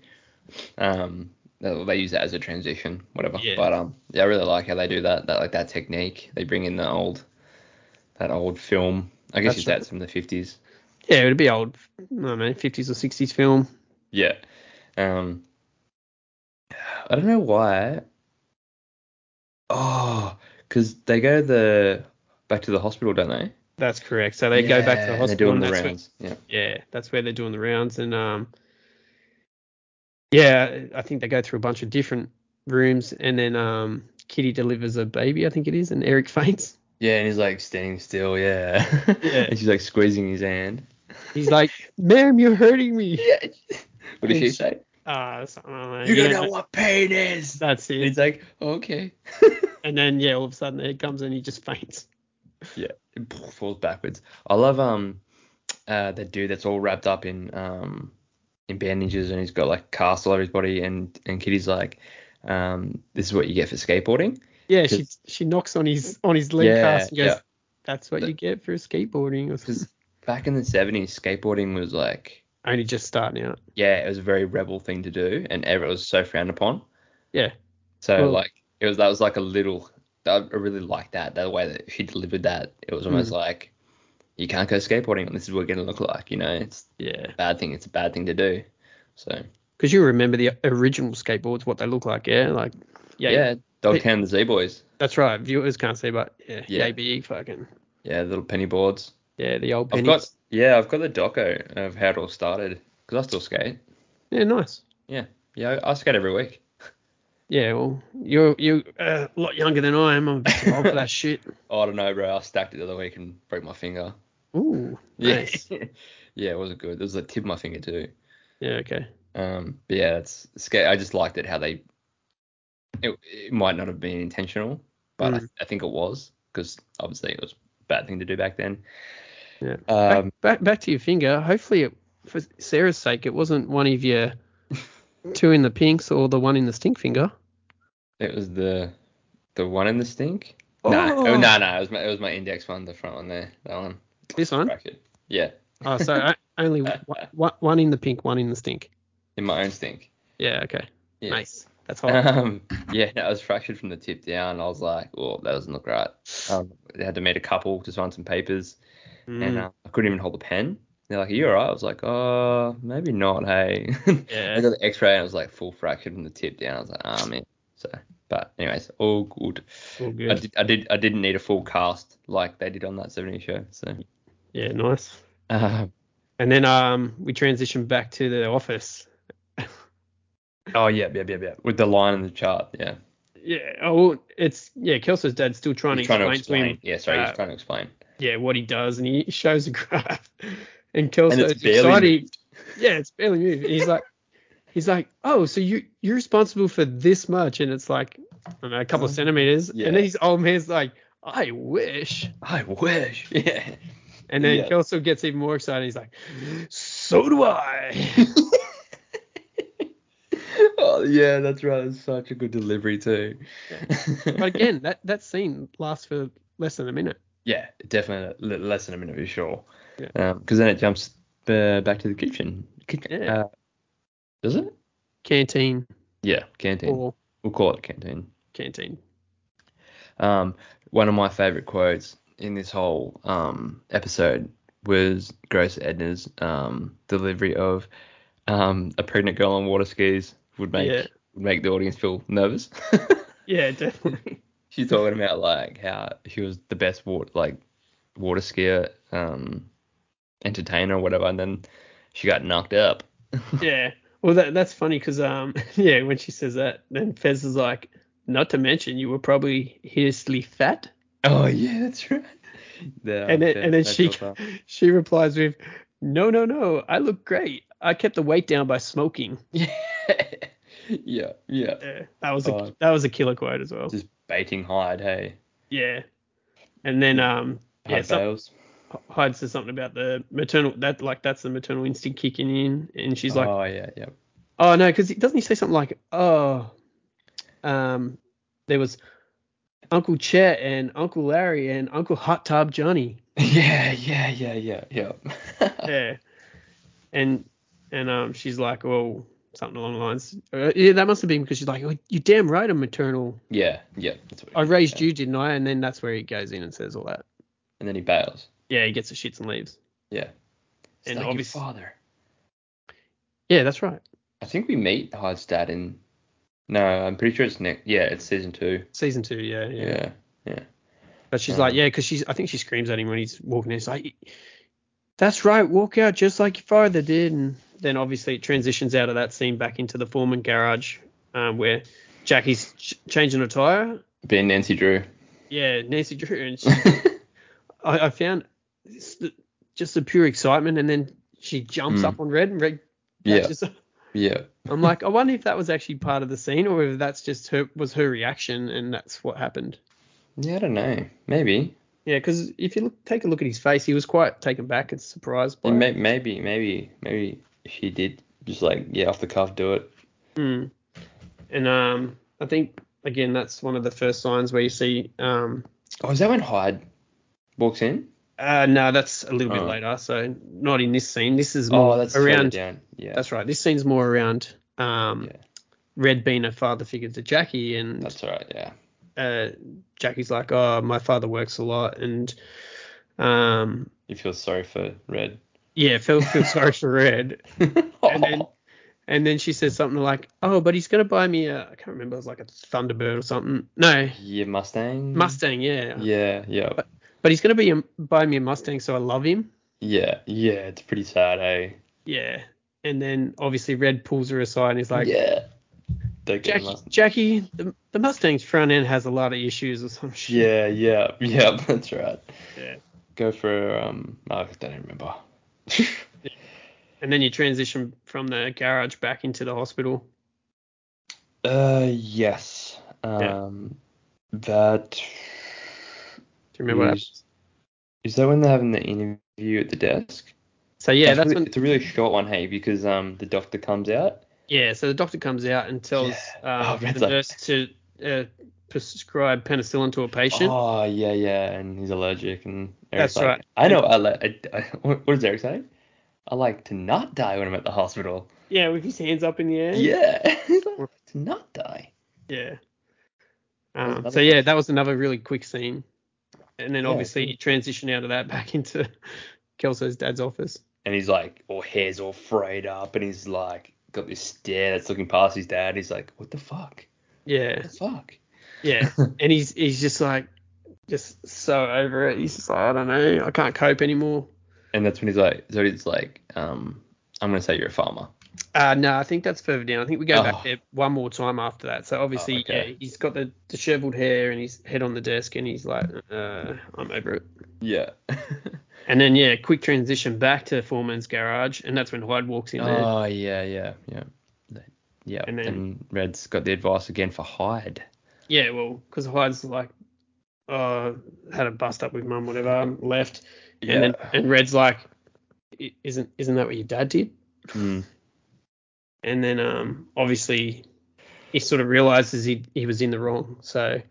B: Um, they they use that as a transition, whatever.
A: Yeah.
B: But um, yeah, I really like how they do that. That like that technique. They bring in the old that old film. I guess
A: That's
B: it's
A: right.
B: that's from the 50s.
A: Yeah, it'd be old, I don't know, 50s or 60s film.
B: Yeah. Um, I don't know why. Oh, because they go to the back to the hospital, don't they?
A: That's correct. So they go back to
B: Yeah,
A: the
B: and
A: hospital.
B: They're doing
A: and
B: the
A: that's where-
B: rounds. Yeah.
A: yeah, that's where they're doing the rounds. And um, yeah, I think they go through a bunch of different rooms, and then um, Kitty delivers a baby, I think it is, and Eric faints.
B: Yeah, and he's like standing still, yeah.
A: Yeah.
B: and she's like squeezing his hand.
A: He's like, "Ma'am, you're hurting me."
B: Yeah. What did
A: And
B: she
A: she-
B: say?
A: Ah, that's- I don't know,
B: You don't
A: know-
B: know what pain is.
A: That's
B: And
A: it.
B: he's like, okay.
A: And then yeah, all of a sudden it comes and he just faints.
B: And poof, falls backwards. I love um uh the dude that's all wrapped up in um in bandages and he's got like casts all over his body and and Kitty's like, um, this is what you get for skateboarding.
A: Yeah, she
B: 'Cause-
A: she knocks on his on his leg
B: Yeah,
A: cast and goes,
B: yeah.
A: "That's what you get for skateboarding." Or something.
B: Because back in the seventies, skateboarding was like
A: Only just starting out.
B: yeah, it was a very rebel thing to do and ever it was so frowned upon.
A: Yeah,
B: So
A: Well-
B: like it was that was like a little I really liked that the way that she delivered that. It was almost
A: Mm.
B: like you can't go skateboarding and this is what we're gonna look like. You know, it's
A: yeah.
B: a bad thing. It's a bad thing to do. So
A: Because you remember the original skateboards, what they look like. Yeah, like
B: yeah,
A: yeah,
B: yeah dog
A: Hey.
B: can the Z boys.
A: That's right. Viewers can't see, but yeah,
B: Yeah.
A: yeah. big fucking
B: Yeah, little penny boards.
A: yeah, the old E.
B: I've
A: pennies.
B: got yeah, I've got the doco of how it all started because I still skate.
A: Yeah, nice.
B: Yeah, yeah, I, I skate every week.
A: Yeah, well, you're you're uh, a lot younger than I am. I'm a bit too old for that shit.
B: Oh, I don't know, bro. I stacked it the other week and broke my finger.
A: Ooh,
B: Yeah,
A: nice.
B: yeah, it wasn't good. It was the tip of my finger too.
A: Yeah, okay.
B: Um, but yeah, it's scary. I just liked it how they. It, it might not have been intentional, but I,
A: Mm.
B: I think it was because obviously it was a bad thing to do back then.
A: Yeah.
B: Um,
A: back, back back to your finger. Hopefully, it, for Sarah's sake, it wasn't one of your two in the pinks or the one in the stink finger.
B: it was the the one in the stink. No,
A: Oh.
B: oh, no, no. It was my it was my index one, the front one there, that one.
A: This one.
B: Bracket. Yeah,
A: Oh, so I, only one, one in the pink, one in the stink.
B: in my own stink.
A: Yeah, okay.
B: Yeah.
A: Nice. That's hot.
B: Um, yeah, no, it was fractured from the tip down. I was like, well, that doesn't look right. Um, they had to meet a couple to sign some papers. and
A: Mm,
B: uh, I couldn't even hold the pen. They're like, "Are you alright?" I was like, "Uh, maybe not." Hey, I
A: yeah.
B: got the X-ray and it was like full fractured from the tip down. I was like, "Ah, man." So, but anyways, all good.
A: All
B: I
A: good.
B: did, I did, I didn't need a full cast like they did on that 70 show. So,
A: Yeah, nice.
B: uh,
A: Oh, And then um, we transition back to the office.
B: oh yeah, yeah, yeah, yeah, with the line in the chart, yeah,
A: yeah, oh, well, it's yeah. Kelso's dad's still trying, to,
B: He's trying to
A: explain to
B: explain.
A: him,
B: Yeah, sorry,
A: uh,
B: he's trying to explain.
A: yeah, what he does, and he shows a graph, and Kelso's
B: it's barely
A: excited. Yeah, it's barely moved. And He's like, he's like, oh, so you you're responsible for this much, and it's like, I don't know, a couple of centimeters,
B: yeah.
A: and then his old man's like, I wish,
B: I wish. Yeah.
A: and then
B: Yeah.
A: Kelso gets even more excited. He's like, so do I.
B: oh yeah, that's right. It's such a good delivery too.
A: but again, that that scene lasts for less than a minute.
B: yeah, definitely le- less than a minute for sure.
A: Yeah.
B: Because then it jumps uh, back to the kitchen. Kitchen.
A: Yeah.
B: Uh, does it?
A: Canteen
B: Yeah, canteen.
A: or
B: We'll call it canteen.
A: canteen.
B: Um, one of my favorite quotes in this whole um, episode was Grace Edna's um, delivery of um, a pregnant girl on water skis would make
A: Yeah.
B: would make the audience feel nervous.
A: Yeah, definitely.
B: She's talking about like how she was the best water like water skier um, entertainer or whatever, and then she got knocked up.
A: yeah. Well, that that's funny because um yeah when she says that then Fez is like not to mention you were probably hideously fat
B: Oh yeah, that's right. Yeah,
A: and then
B: yeah,
A: and then
B: that's
A: she
B: what's up.
A: she replies with no no no I look great I kept the weight down by smoking.
B: yeah yeah yeah
A: Yeah, that was a
B: Oh.
A: that was a killer quote as well.
B: just baiting Hyde hey
A: Yeah. And then um yeah
B: Hyde
A: so,
B: fails
A: Hyde says something about the maternal that like that's the maternal instinct kicking in, and she's like,
B: oh yeah yeah
A: oh no, because doesn't he say something like, oh, um, there was Uncle Chet and Uncle Larry and Uncle Hot Tub Johnny,
B: yeah yeah yeah yeah yeah
A: yeah, and and um, she's like, well, something along the lines, uh, yeah, that must have been because she's like, oh, you damn right, I'm maternal.
B: yeah yeah that's what
A: I
B: he-
A: raised
B: yeah.
A: you, didn't I? And then that's where he goes in and says all that.
B: and then he bails
A: Yeah, he gets the shits and leaves.
B: yeah It's
A: And
B: like your
A: obvious-
B: father
A: Yeah, that's right.
B: I think we meet Hyde's dad in no I'm pretty sure it's next yeah it's season two
A: Season two, yeah, yeah.
B: yeah
A: But she's
B: Um,
A: like, yeah, because she's. I think she screams at him when he's walking in. She's like, that's right, walk out just like your father did. And then obviously it transitions out of that scene back into the foreman garage, um, where Jackie's ch- changing her tire.
B: being Nancy Drew
A: Yeah, Nancy Drew, and she, I, I found s- the- just the pure excitement. And then she jumps
B: Mm.
A: up on Red, and Red.
B: Yeah.
A: catches her.
B: yeah
A: I'm like, I wonder if that was actually part of the scene, or if that's just her was her reaction, and that's what happened.
B: yeah I don't know maybe
A: Yeah, because if you look, take a look at his face, he was quite taken back and surprised by
B: And
A: it.
B: may- maybe maybe maybe she did just like yeah off the cuff do it
A: Mm. And um, I think again that's one of the first signs where you see. Um,
B: oh is that when Hyde walks in
A: uh, no, that's a little bit
B: Oh.
A: later, so not in this scene. This is more
B: Oh, that's further
A: Mm, around.
B: Down. Yeah,
A: That's right. This scene's more around um,
B: Yeah.
A: Red being a father figure to Jackie, and
B: that's all right. Yeah,
A: uh, Jackie's like, "Oh, my father works a lot," and um,
B: you feel sorry for Red.
A: yeah, feel feel sorry for Red, And then-
B: Oh.
A: And then she says something like, "Oh, but he's gonna buy me a I can't remember, it was like a Thunderbird or something. No,
B: yeah, Mustang.
A: Mustang, yeah.
B: Yeah, yeah,
A: But- But he's gonna be a, buy me a Mustang, so I love him.
B: yeah, yeah. It's pretty sad, eh?
A: Yeah. And then obviously Red pulls her aside and he's like,
B: yeah. Don't get a
A: Jackie,
B: Mustang.
A: Jackie, the, the Mustang's front end has a lot of issues or some shit.
B: Yeah, yeah, yeah. That's right.
A: Yeah.
B: Go for um. oh, I don't remember.
A: And then you transition from the garage back into the hospital.
B: uh, yes. Um, that
A: Do you remember what
B: is-
A: happened?
B: is that when they're having the interview at the desk?
A: So yeah, that's
B: really,
A: when
B: it's a really short one, hey, because um the doctor comes out.
A: Yeah, so the doctor comes out and tells
B: Yeah.
A: uh,
B: Oh, Red's
A: the
B: like-
A: nurse to uh, prescribe penicillin to a patient.
B: Oh yeah, yeah, and he's allergic, and
A: That's
B: Eric's like,
A: right.
B: I know. I, li- I, I what does Eric say? I like to not die when I'm at the hospital.
A: Yeah, with his hands up in the air.
B: Yeah, He's like, to not die.
A: Yeah.
B: was
A: Um,
B: another
A: so yeah,
B: question.
A: that was another really quick scene, and then
B: Yeah,
A: obviously
B: cool.
A: you transition out of that back into Kelso's dad's office.
B: And he's like, all hair's all frayed up, and he's like, got this stare that's looking past his dad. He's like, what the fuck?
A: Yeah,
B: What the fuck?
A: yeah, and he's he's just like just so over it. He's just like I don't know, I can't cope anymore.
B: And that's when he's like, so he's like, um, I'm gonna say you're a farmer.
A: Uh, no, I think that's further down. I think we go
B: Oh.
A: back there one more time after that. So obviously,
B: okay.
A: yeah, he's got the disheveled hair and his head on the desk, and he's like, uh, "I'm over it."
B: Yeah.
A: And then yeah, quick transition back to Foreman's garage, and that's when Hyde walks in there.
B: oh yeah, yeah, yeah. They- Yeah,
A: And
B: and,
A: then-
B: Red's got the advice again for Hyde.
A: Yeah, well, because Hyde's like, uh, had a bust up with mum, whatever, left, and then and Red's like, "I- "Isn't isn't that what your dad did?"
B: Mm.
A: And then um, obviously, he sort of realizes he he was in the wrong. So,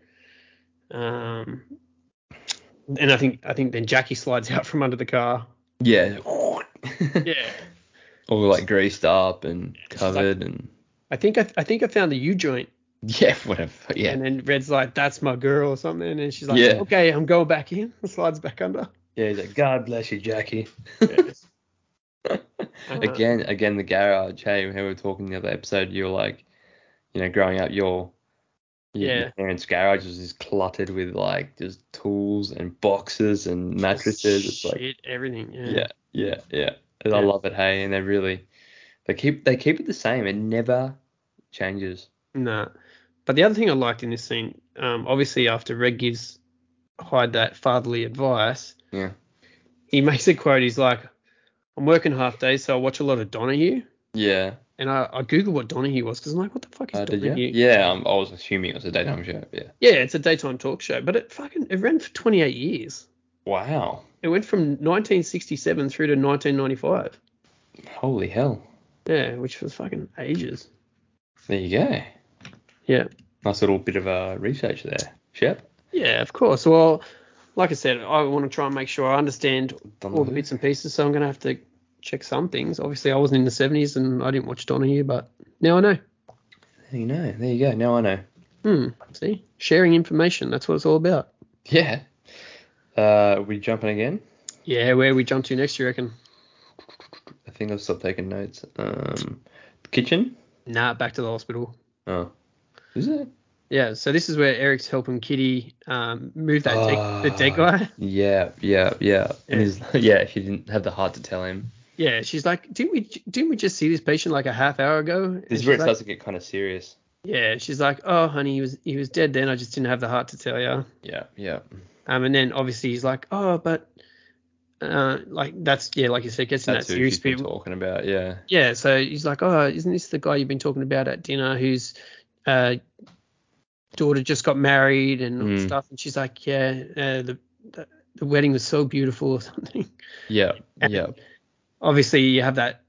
A: um, and I think I think then Jackie slides out from under the car.
B: Yeah.
A: Yeah,
B: All like greased up and
A: like-
B: covered and
A: I think I, I think I found the U joint.
B: yeah, whatever. Yeah.
A: And then Red's like, "That's my girl" or something, and she's like,
B: Yeah.
A: "Okay, I'm going back in." Slides back under.
B: Yeah, he's like, God bless you, Jackie.
A: Uh-huh.
B: again, again, the garage. Hey, when we were talking the other episode, you were like, you know, growing up, your your
A: Yeah.
B: your parents' garage was just cluttered with like just tools and boxes and mattresses. It's like,
A: Shit, everything. Yeah.
B: yeah, yeah, yeah. And I
A: Yeah.
B: love it. Hey, and they really, they keep they keep it the same. It never changes.
A: Nah. But the other thing I liked in this scene, um, obviously after Red gives Hyde that fatherly advice,
B: Yeah.
A: he makes a quote. He's like, "I'm working half days, so I watch a lot of Donahue."
B: Yeah.
A: And I, I googled what Donahue was because I'm like, "What the fuck is
B: Uh, did you?
A: Donahue?"
B: Yeah, um, I was assuming it was a daytime show. Yeah.
A: Yeah, it's a daytime talk show, but it fucking it ran for 28 years.
B: Wow.
A: It went from 1967 through to 1995.
B: Holy hell.
A: Yeah, which was fucking ages.
B: There you go.
A: Yeah.
B: Nice little bit of uh, research there, Shep.
A: Yeah, of course. Well, like I said, I want to try and make sure I understand
B: Don't
A: all
B: know.
A: the bits and pieces, so I'm going to have to check some things. Obviously, I wasn't in the 70s and I didn't watch Donahue, but now I know.
B: There you know. There you go. Now I know.
A: Hmm. See, sharing information. That's what it's all about.
B: Yeah. Uh, we jumping again.
A: Yeah, where we jump to next, you reckon?
B: I think I've stopped taking notes. Um, kitchen.
A: Nah, back to the hospital.
B: Oh, is it?
A: Yeah, so this is where Eric's helping Kitty um, move that dead, the dead
B: Ah.
A: guy.
B: Yeah, yeah, yeah.
A: Yeah.
B: And he's, yeah. She didn't have the heart to tell him.
A: Yeah, she's like, didn't we didn't we just see this patient like a half hour ago? And
B: This is
A: she's
B: where it
A: like-
B: starts to get kind of serious.
A: yeah, she's like, oh honey, he was he was dead then. I just didn't have the heart to tell you.
B: Yeah, yeah,
A: Um, and then obviously he's like, oh, but uh, like that's yeah, like you said, gets in that
B: that's who
A: serious
B: she's been
A: people.
B: talking about. Yeah,
A: Yeah, so he's like, oh, isn't this the guy you've been talking about at dinner whose uh, daughter just got married and all this
B: Mm.
A: stuff? And she's like, yeah, uh, the, the the wedding was so beautiful or something.
B: yeah,
A: And-
B: yeah.
A: Obviously, you have that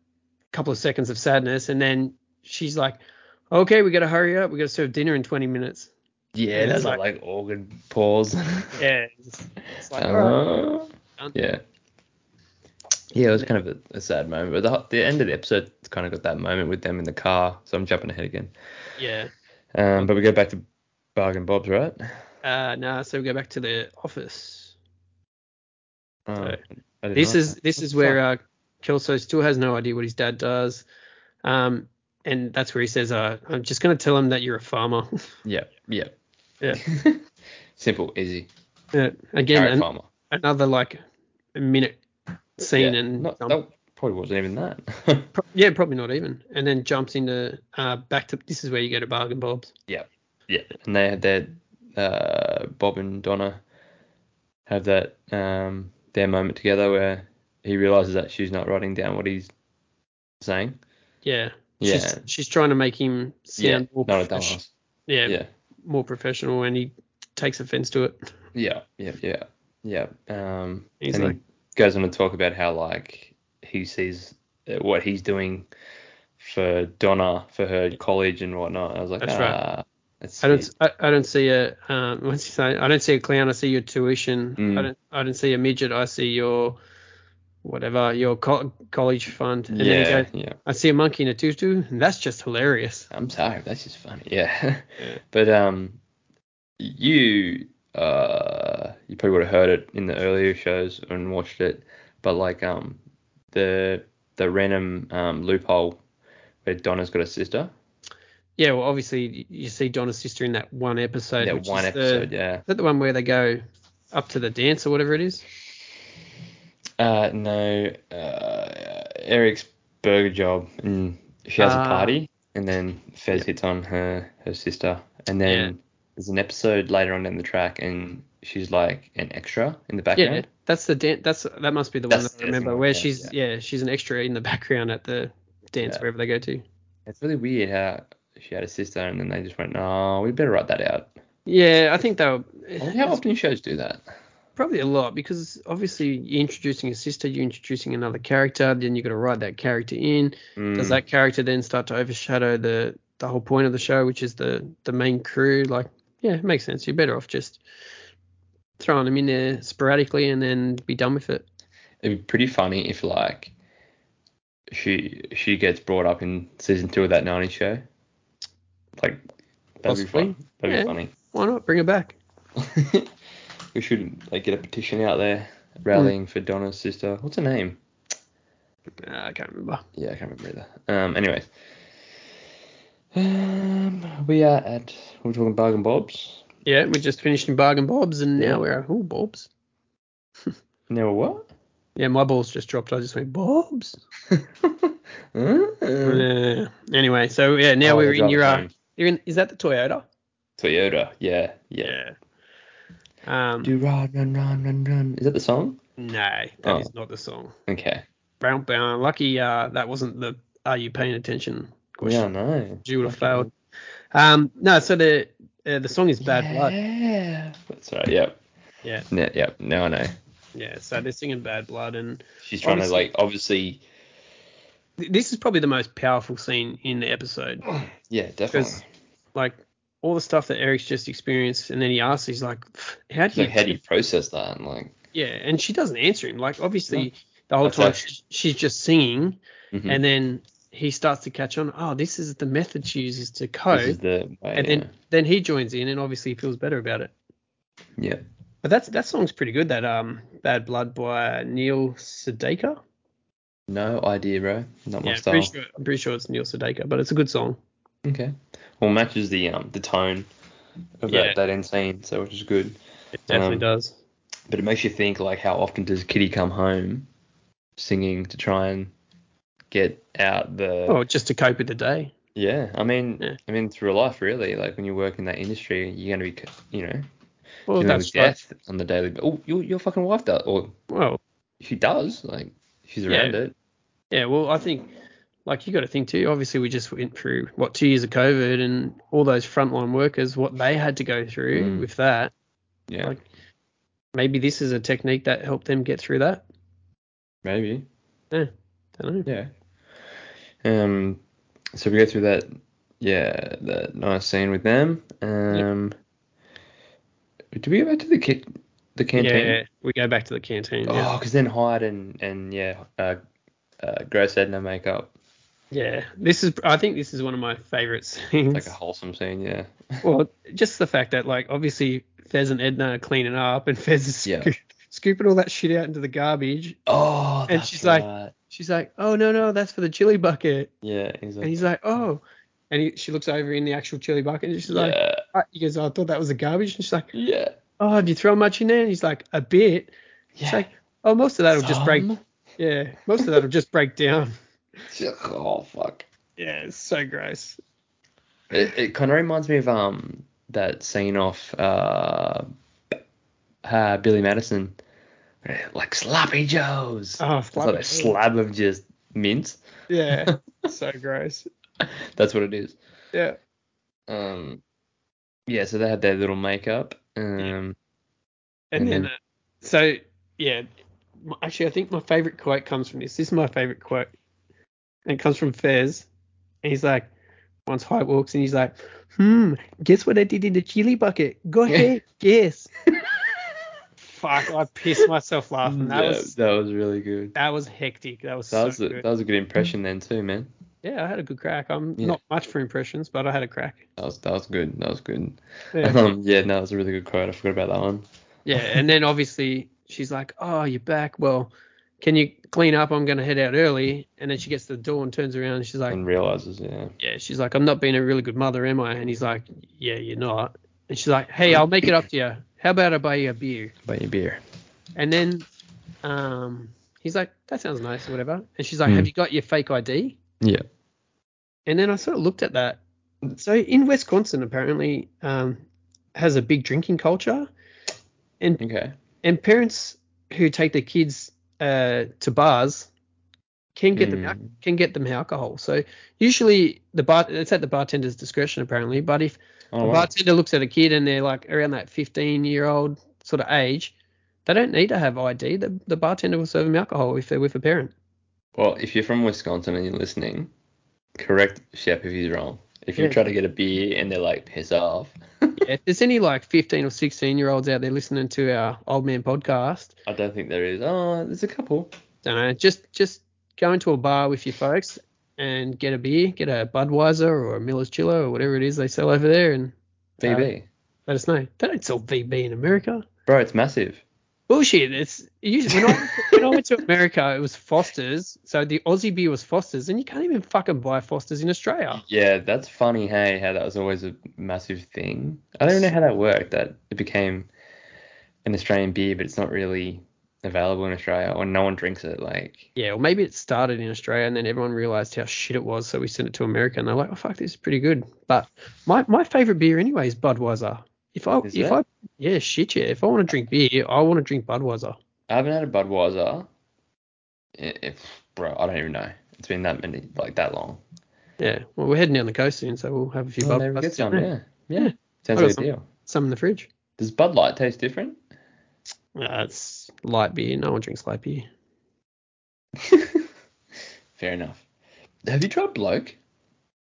A: couple of seconds of sadness, and then she's like, okay, we got to hurry up, we got to serve dinner in 20 minutes.
B: Yeah,
A: it's
B: that's
A: like-
B: like, like organ pause.
A: Yeah, it's, it's like, all right.
B: Uh,
A: done.
B: yeah. Yeah, it was kind of a, a sad moment, but the, the end of the episode kind of got that moment with them in the car. So I'm jumping ahead again.
A: "Oh, yeah.
B: Um, but we go back to Bargain Bob's, right?
A: Uh, nah, so we go back to the office.
B: Um,
A: So,
B: I did
A: This
B: not-
A: is this
B: What
A: is
B: the
A: where
B: fuck?
A: uh, Kelso still has no idea what his dad does, um, and that's where he says, uh, "I'm just gonna tell him that you're a farmer."
B: Yeah, yeah,
A: Yeah.
B: Simple, easy.
A: Yeah, Again,
B: Carrot
A: an,
B: farmer.
A: another like a minute scene,
B: Yeah,
A: and
B: not,
A: jump-
B: that probably wasn't even that.
A: pro- yeah, probably not even, and then jumps into uh, back to this is where you go to Bargain Bob's.
B: yeah, and they had their uh, Bob and Donna have that um, their moment together where he realizes that she's not writing down what he's saying.
A: Yeah,
B: Yeah,
A: she's she's trying to make him
B: yeah,
A: sound more
B: not a
A: profes-
B: dumbass.
A: yeah,
B: Yeah,
A: more professional, and he takes offense to it.
B: yeah, yeah, yeah, yeah. Um,
A: He's
B: and
A: like-
B: he goes on to talk about how like he sees uh, what he's doing for Donna for her college and whatnot. I was like,
A: That's right.
B: ah, that's
A: I don't.
B: sick."
A: s- I, I don't see a. Um, what's he say? I don't see a clown. I see your tuition. I
B: Mm.
A: don't. I don't see a midget. I see your, whatever your co- college fund. And then he
B: yeah,
A: goes,
B: yeah.
A: I see a monkey in a tutu. And that's just hilarious.
B: I'm sorry, that's just funny. Yeah.
A: Yeah.
B: but um, you uh, you probably would have heard it in the earlier shows and watched it, but like um, the the random um loophole where Donna's got a sister.
A: Yeah. Well, obviously y- you see Donna's sister in that one episode.
B: That
A: which
B: one
A: is the-
B: episode, yeah.
A: Is that the one where they go up to the dance or whatever it is?
B: Uh, no, uh, Eric's burger job in she has a
A: Ah.
B: party, and then Fez
A: Yep.
B: hits on her her sister, and then
A: Yeah.
B: there's an episode later on in the track, and she's like an extra in the background.
A: Yeah, that's the dance. That's that must be the one
B: That's-
A: that
B: yeah,
A: I remember
B: something
A: where
B: like that,
A: she's yeah. she's an extra in the background at the dance
B: Yeah.
A: wherever they go to.
B: It's really weird how she had a sister, and then they just went, "No, we better write that out."
A: Yeah, I think they'll
B: I wonder How often shows do that?
A: probably a lot because obviously you're introducing a sister, you're introducing another character, then you got to write that character in. Does
B: Mm,
A: that character then start to overshadow the the whole point of the show, which is the the main crew? Like, yeah, it makes sense. You're better off just throwing them in there sporadically and then be done with it.
B: It'd be pretty funny if like she she gets brought up in season two of that '90s show. Like that'd be
A: Possibly.
B: fun. That'd
A: Yeah.
B: be funny.
A: Why not bring it back?
B: we should like get a petition out there
A: Hmm.
B: rallying for Donna's sister. What's her name?
A: Uh, I can't remember.
B: Yeah, I can't remember either. Um, anyways, um, we are at we're talking bargain bobs.
A: Yeah, we just finished in Bargain Bob's and
B: Yeah.
A: now we're at, oh, Bob's.
B: Now what?
A: Yeah, my balls just dropped. I just went, Bob's.
B: Mm.
A: Uh, anyway, so yeah, now
B: Oh,
A: we're
B: the
A: in your, uh,
B: driver's
A: you're in, is that the Toyota?
B: Toyota. Yeah, yeah.
A: Um,
B: Do run, run, run, run, run. Is that the song?
A: no, that is
B: Oh.
A: not the song.
B: Okay.
A: Brown, brown. Lucky uh, that wasn't the Are You Paying Attention
B: Yeah, I
A: question.
B: know.
A: You would have failed. Um, no, so the uh, the song is Bad Blood.
B: Yeah. That's right. Yep.
A: Yeah.
B: Yeah. Yep. Now I know.
A: Yeah, so they're singing Bad Blood and
B: She's trying
A: Obviously-
B: to like obviously.
A: th- this is probably the most powerful scene in the episode.
B: Yeah, definitely.
A: because like all the stuff that Eric's just experienced, and then he asks, he's like, "Pff, "How do
B: So
A: you?"
B: how do you process that? And like.
A: yeah, and she doesn't answer him. Like obviously, the whole
B: That's
A: time
B: right.
A: sh she's just singing,
B: mhm.
A: and then he starts to catch on. Oh, this is the method she uses to
B: This is
A: cope,
B: the way,
A: and then then he joins in, and obviously he feels better about it.
B: yeah. yeah.
A: But that's that song's pretty good. That um, Bad Blood by Neil Sedaka.
B: No idea, bro. Not my
A: Yeah,
B: style.
A: pretty sure, I'm pretty sure it's Neil Sedaka, but it's a good song.
B: Okay. Well, matches the um the tone of
A: Yeah.
B: that, that end scene, so which is good.
A: It definitely
B: Um,
A: does.
B: But it makes you think like how often does Kitty come home singing to try and get out the
A: Oh, just to cope with the day.
B: yeah. I mean,
A: Yeah.
B: I mean through life really. Like when you work in that industry, you're gonna be c- you know
A: Well,
B: dealing with
A: that's right.
B: death on the daily. Oh, your your fucking wife does, or
A: Well,
B: she does. Like she's
A: Yeah.
B: around it.
A: Yeah, well, I think like you got to think too. Obviously, we just went through what two years of COVID and all those frontline workers, what they had to go through
B: Mm.
A: with that.
B: Yeah.
A: Like- Maybe this is a technique that helped them get through that.
B: maybe.
A: don't know.
B: Yeah. Um. So we go through that. Yeah, that nice scene with them. Um. Do we go back to the kit, the canteen?
A: Yeah, we go back to the canteen. Yeah,
B: Oh, because then Hyde and and yeah, uh, uh, Gross had no makeup.
A: yeah. This is I think this is one of my favorite scenes.
B: Like a wholesome scene. Yeah.
A: Well, just the fact that like obviously Fez and Edna are cleaning up and Fez is
B: Yeah.
A: scoo- scooping all that shit out into the garbage.
B: Oh.
A: And
B: that's
A: she's like-
B: right.
A: She's like, "Oh no, no, that's for the chili bucket."
B: Yeah. He's
A: And
B: like.
A: he's like, oh. And he, she looks over in the actual chili bucket and she's
B: yeah.
A: like, "Ah," he goes, oh, I thought that was a garbage. And she's like,
B: yeah.
A: oh, have you thrown much in there? And he's like, a bit.
B: Yeah.
A: She's like, oh, most of that will just break.
B: Some?
A: Yeah, most of that will just break down.
B: Oh fuck.
A: Yeah, it's so gross.
B: It, it kind of reminds me of um that scene off uh, uh Billy Madison, like sloppy joes.
A: Oh,
B: it's like a slab of just mince.
A: Yeah, so gross.
B: That's what it is.
A: Yeah.
B: Um, yeah. So they had their little makeup. Um,
A: And
B: Mhm.
A: then, uh, so, yeah, m- actually, I think my favorite quote comes from this. This is my favorite quote. And it comes from Fez. And he's like, once Hype walks in, he's like, hmm, guess what I did in the chili bucket? Go
B: Yeah.
A: ahead, guess. Fuck, I pissed myself laughing. That
B: yeah,
A: was
B: that was really good.
A: that was hectic. That was
B: That
A: so
B: was a,
A: good.
B: that was a good impression then too, man.
A: yeah, I had a good crack. I'm
B: Yeah.
A: not much for impressions, but I had a crack.
B: That was that was good. That was good.
A: Yeah.
B: Um, yeah, no, that was a really good quote. I forgot about that one.
A: yeah, and then obviously she's like, "Oh, you're back. Well, can you clean up? I'm gonna head out early." And then she gets to the door and turns around. And she's like,
B: And realizes, yeah.
A: yeah, she's like, I'm not being a really good mother, am I? And he's like, Yeah, you're not. And she's like, Hey, I'll make it up to you. How about I buy you a beer?
B: Buy your beer.
A: And then um, he's like, That sounds nice or whatever. And she's like,
B: Hmm.
A: Have you got your fake ID?
B: Yeah.
A: And then I sort of looked at that. So in Wisconsin, apparently, um, has a big drinking culture, and
B: Okay.
A: and parents who take their kids uh, to bars can get
B: Hmm.
A: them al- can get them alcohol. So usually the bar it's at the bartender's discretion apparently. But if
B: Oh,
A: the
B: wow.
A: bartender looks at a kid and they're like around that 15 year old sort of age, they don't need to have ID. The, the bartender will serve them alcohol if they're with a parent.
B: Well, if you're from Wisconsin and you're listening, correct Shep if he's wrong. If you
A: Yeah.
B: try to get a beer and they're like, piss off,
A: Yeah, if there's any like 15 or 16 year olds out there listening to our old man podcast,
B: I don't think there is. Oh, there's a couple.
A: don't know, just just go into a bar with your folks and get a beer, get a Budweiser or a Miller's Chiller or whatever it is they sell over there, and
B: BB.
A: let us know. They don't sell VB in America.
B: Bro, it's massive.
A: Bullshit. It's usually when I, went to- when I went to America, it was Foster's. So the Aussie beer was Foster's, and you can't even fucking buy Foster's in Australia.
B: Yeah, that's funny, hey, how that was always a massive thing. I don't know how that worked, that it became an Australian beer, but it's not really available in Australia or no one drinks it. Like,
A: Yeah, or maybe it started in Australia and then everyone realized how shit it was, so we sent it to America and they're like, oh fuck, this is pretty good. But my, my favorite beer anyway is Budweiser. If I
B: Is
A: if
B: it?
A: I yeah shit yeah, if I want to drink beer, I want to drink Budweiser.
B: I haven't had a Budweiser. I- If, bro, I don't even know. It's been that many, like that long.
A: Yeah, well we're heading down the coast soon, so we'll have a few
B: Oh, there we get
A: Budweisers down
B: some,
A: there.
B: yeah.
A: Yeah.
B: Yeah. Sounds
A: I got
B: like a
A: some.
B: deal.
A: Some in the fridge.
B: Does Bud Light taste different?
A: Uh, it's light beer. No one drinks light beer.
B: Fair enough. Have you tried bloke?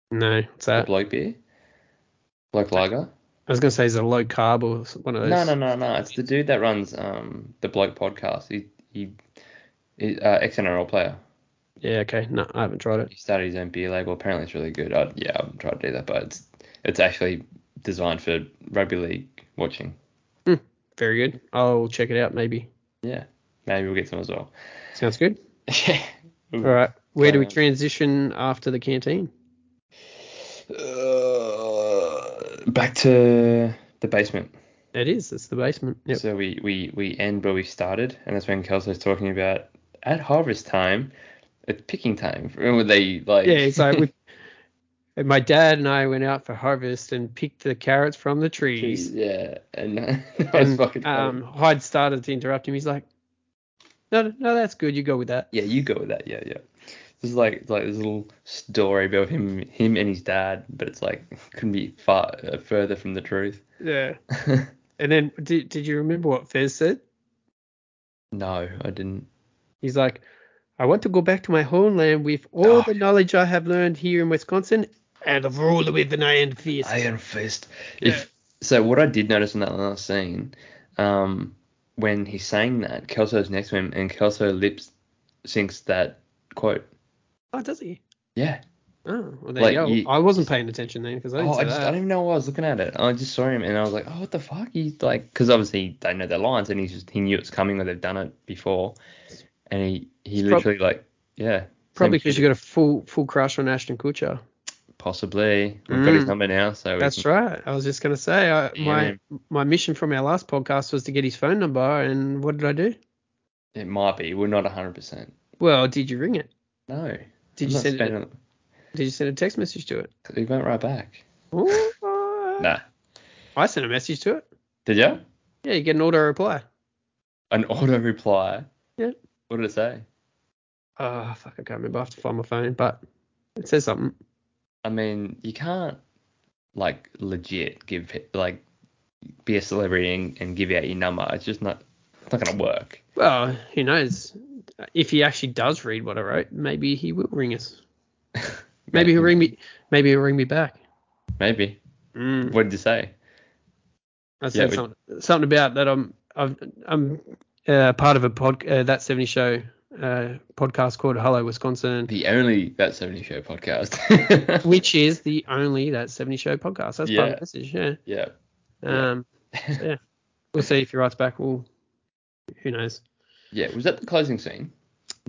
A: No, it's
B: The
A: that.
B: bloke beer? Bloke lager?
A: Uh, I was gonna say it's a low carb or s- one of those.
B: No, no, no, no. It's the dude that runs um the bloke podcast. He he, he uh, ex NRL player.
A: Yeah, okay. No, I haven't tried it.
B: He started his own beer label. Apparently, it's really good. I, yeah, I'm trying to do that, but it's it's actually designed for rugby league watching.
A: Very good. I'll check it out maybe.
B: Yeah, maybe we'll get some as well.
A: Sounds good.
B: Yeah.
A: All right. Where do we
B: Um,
A: transition after the canteen?
B: Uh, back to the basement.
A: It is. It's the basement. Yep.
B: So we, we, we end where we started, and that's when Kelso's talking about at harvest time, it's picking time. Remember they like
A: Yeah, it's like we, and my dad and I went out for harvest and picked the carrots from the trees.
B: yeah, and that was
A: And
B: fucking funny.
A: um, Hyde started to interrupt him. He's like, "No, no, that's good. You go with that."
B: yeah, you go with that, yeah, yeah. This is like it's like this little story about him him and his dad, but it's like couldn't be far uh, further from the truth.
A: Yeah. And then did did you remember what Fez said?
B: no, I didn't.
A: He's like, "I want to go back to my homeland with all
B: Oh,
A: the knowledge I have learned here in Wisconsin and I've ruled with an iron fist."
B: Iron Fist.
A: Yeah.
B: If so, what I did notice in that last scene, um, when he's saying that, Kelso's next to him, and Kelso lips syncs that quote.
A: Oh, does he?
B: Yeah.
A: Oh, well, there
B: Like,
A: you go.
B: you-
A: I wasn't paying attention then because I didn't
B: Oh,
A: see
B: I just I
A: that.
B: don't even know why I was looking at it. I just saw him and I was like, oh, what the fuck? He's like, because obviously they know their lines, and he's just he knew it's coming or they've done it before, and he he
A: It's prob-
B: literally like, yeah.
A: Probably
B: same
A: because
B: shit.
A: you got a full full crush on Ashton Kutcher.
B: Possibly. We've got his
A: Mm.
B: number now, so we
A: That's
B: can-
A: right. I was just gonna say, I,
B: Yeah,
A: my
B: man.
A: my mission from our last podcast was to get his phone number, and what did I do?
B: It might be. We're not 100%.
A: Well, did you ring it?
B: No.
A: Did
B: I'm
A: you
B: not
A: send it?
B: spending-
A: Did you send a text message to it?
B: He went right back.
A: Ooh,
B: Nah.
A: I sent a message to it.
B: Did you?
A: Yeah, you get an auto reply.
B: An auto reply.
A: Yeah.
B: What did it say?
A: Oh, fuck, I can't remember. I have to find my phone, but it says something.
B: I mean, you can't like legit give it- like be a celebrity and, and give out your number. It's just not it's not gonna work.
A: Well, who knows? If he actually does read what I wrote, maybe he will ring us. Maybe he'll ring me. Maybe he'll ring me back.
B: Maybe.
A: Mm.
B: What did you say?
A: I said
B: we-
A: something, something about that. I'm I've, I'm uh, part of a pod uh, that seventy show uh, podcast called Hello Wisconsin,
B: The only that seventy show podcast.
A: which is the only that seventy show podcast. That's part of
B: Yeah.
A: the message. Yeah.
B: yeah. Yeah.
A: Um. so yeah. We'll see if he writes back. We'll. Who knows?
B: Yeah. Was that the closing scene?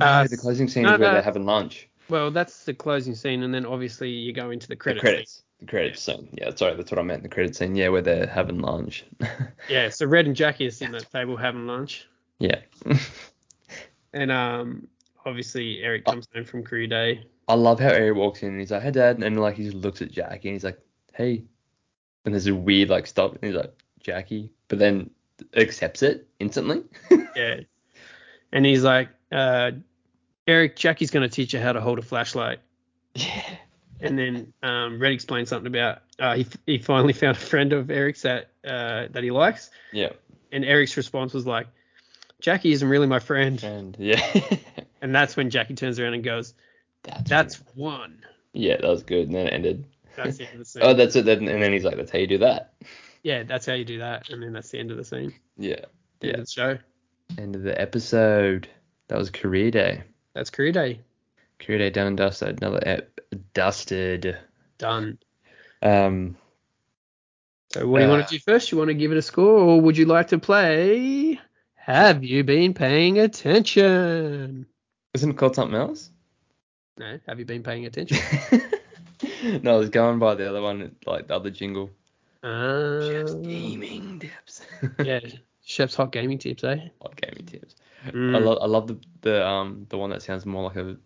A: Uh,
B: No, the closing scene
A: no,
B: is where
A: no.
B: they're having lunch.
A: Well, that's the closing scene, and then obviously you go into the credits.
B: The credits. The credits scene. Yeah, sorry, that's what I meant. The credits scene. Yeah, where they're having lunch.
A: Yeah, so Red and Jackie are sitting at the table having lunch,
B: yeah. Oh.
A: and um, obviously Eric comes home from crew day.
B: I love how Eric walks in and he's like, "Hey, Dad," and like he just looks at Jackie and he's like, "Hey," and there's a weird like stop and he's like, "Jackie," but then accepts it instantly.
A: Yeah. And he's like, uh, Eric, Jackie's going to teach you how to hold a flashlight.
B: yeah.
A: And then um, Red explains something about uh, he, he finally found a friend of Eric's that uh, that he likes.
B: Yeah.
A: And Eric's response was like, Jackie isn't really my friend.
B: And yeah.
A: And that's when Jackie turns around and goes,
B: that's,
A: That's one.
B: yeah, that was good. And then it ended.
A: That's the end of the scene.
B: Oh, that's it. Then and then he's like, "That's how you do that."
A: yeah, that's how you do that. And then that's the end of the scene.
B: Yeah.
A: The end
B: Yeah.
A: of the show.
B: End of the episode. That was career day.
A: That's career day.
B: Career day done and dusted. Another ep- dusted.
A: Done.
B: Um.
A: So what do you want
B: Uh,
A: to do first? You want to give it a score or would you like to play? Have you been paying attention?
B: Isn't it called something else?
A: No, have you been paying attention?
B: no, I was going by the other one, like the other jingle. Uh,
A: Um,
B: gaming tips.
A: yeah, Chef's hot gaming tips, eh?
B: Hot gaming tips. I
A: Mm.
B: love I love the, the um the one that sounds more like a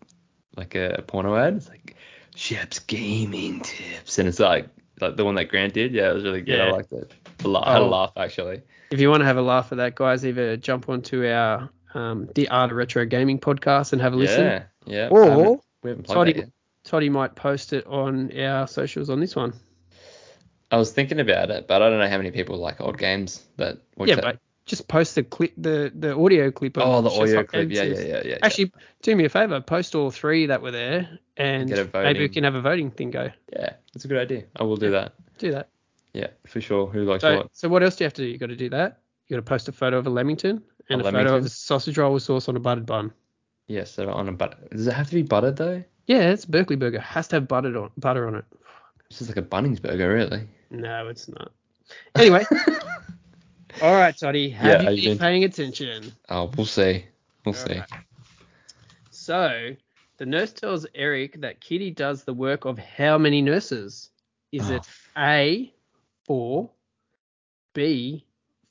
B: like a porno ad. It's like Shep's gaming tips, and it's like like the one that Grant did. Yeah, it was really good. I
A: Yeah.
B: liked it. I la- I had a
A: Oh.
B: laugh actually.
A: If you want to have a laugh at that, guys, either jump onto our um, the Art of Retro Gaming podcast and have a listen,
B: Yeah, yeah. I
A: or
B: haven't- we haven't plugged
A: Toddy,
B: it yet.
A: Toddy might post it on our socials on this one.
B: I was thinking about it, but I don't know how many people like old games that. watch
A: yeah,
B: that.
A: but just post the clip, the the audio clip. Of
B: oh, the
A: Chef's
B: audio
A: Hot
B: clip.
A: Gaming
B: Yeah, yeah,
A: Tips.
B: yeah, yeah.
A: Actually, do me a favor, post all three that were there, and
B: Get a
A: maybe we
B: voting.
A: can have a voting thing go.
B: yeah, yeah, it's a good idea. I will do
A: Yeah.
B: that.
A: Do that.
B: Yeah, for sure. Who likes
A: So,
B: what?
A: so what else do you have to do? You got to do that. You got to post a photo of a lamington and
B: A
A: a, photo
B: lamington?
A: of a sausage roll with sauce on a buttered bun.
B: Yes, that are on a butter. Does it have to be buttered though?
A: Yeah, it's Berkeley burger. Has to have buttered on butter on it.
B: This is like a Bunnings burger, really.
A: No, it's not. Anyway. All right, Toddy. Have
B: Yeah,
A: you
B: I've
A: been
B: been-
A: paying attention?
B: Oh, we'll see. We'll see.
A: Alright. So the nurse tells Eric that Kitty does the work of how many nurses? Is
B: Oh.
A: it A four, B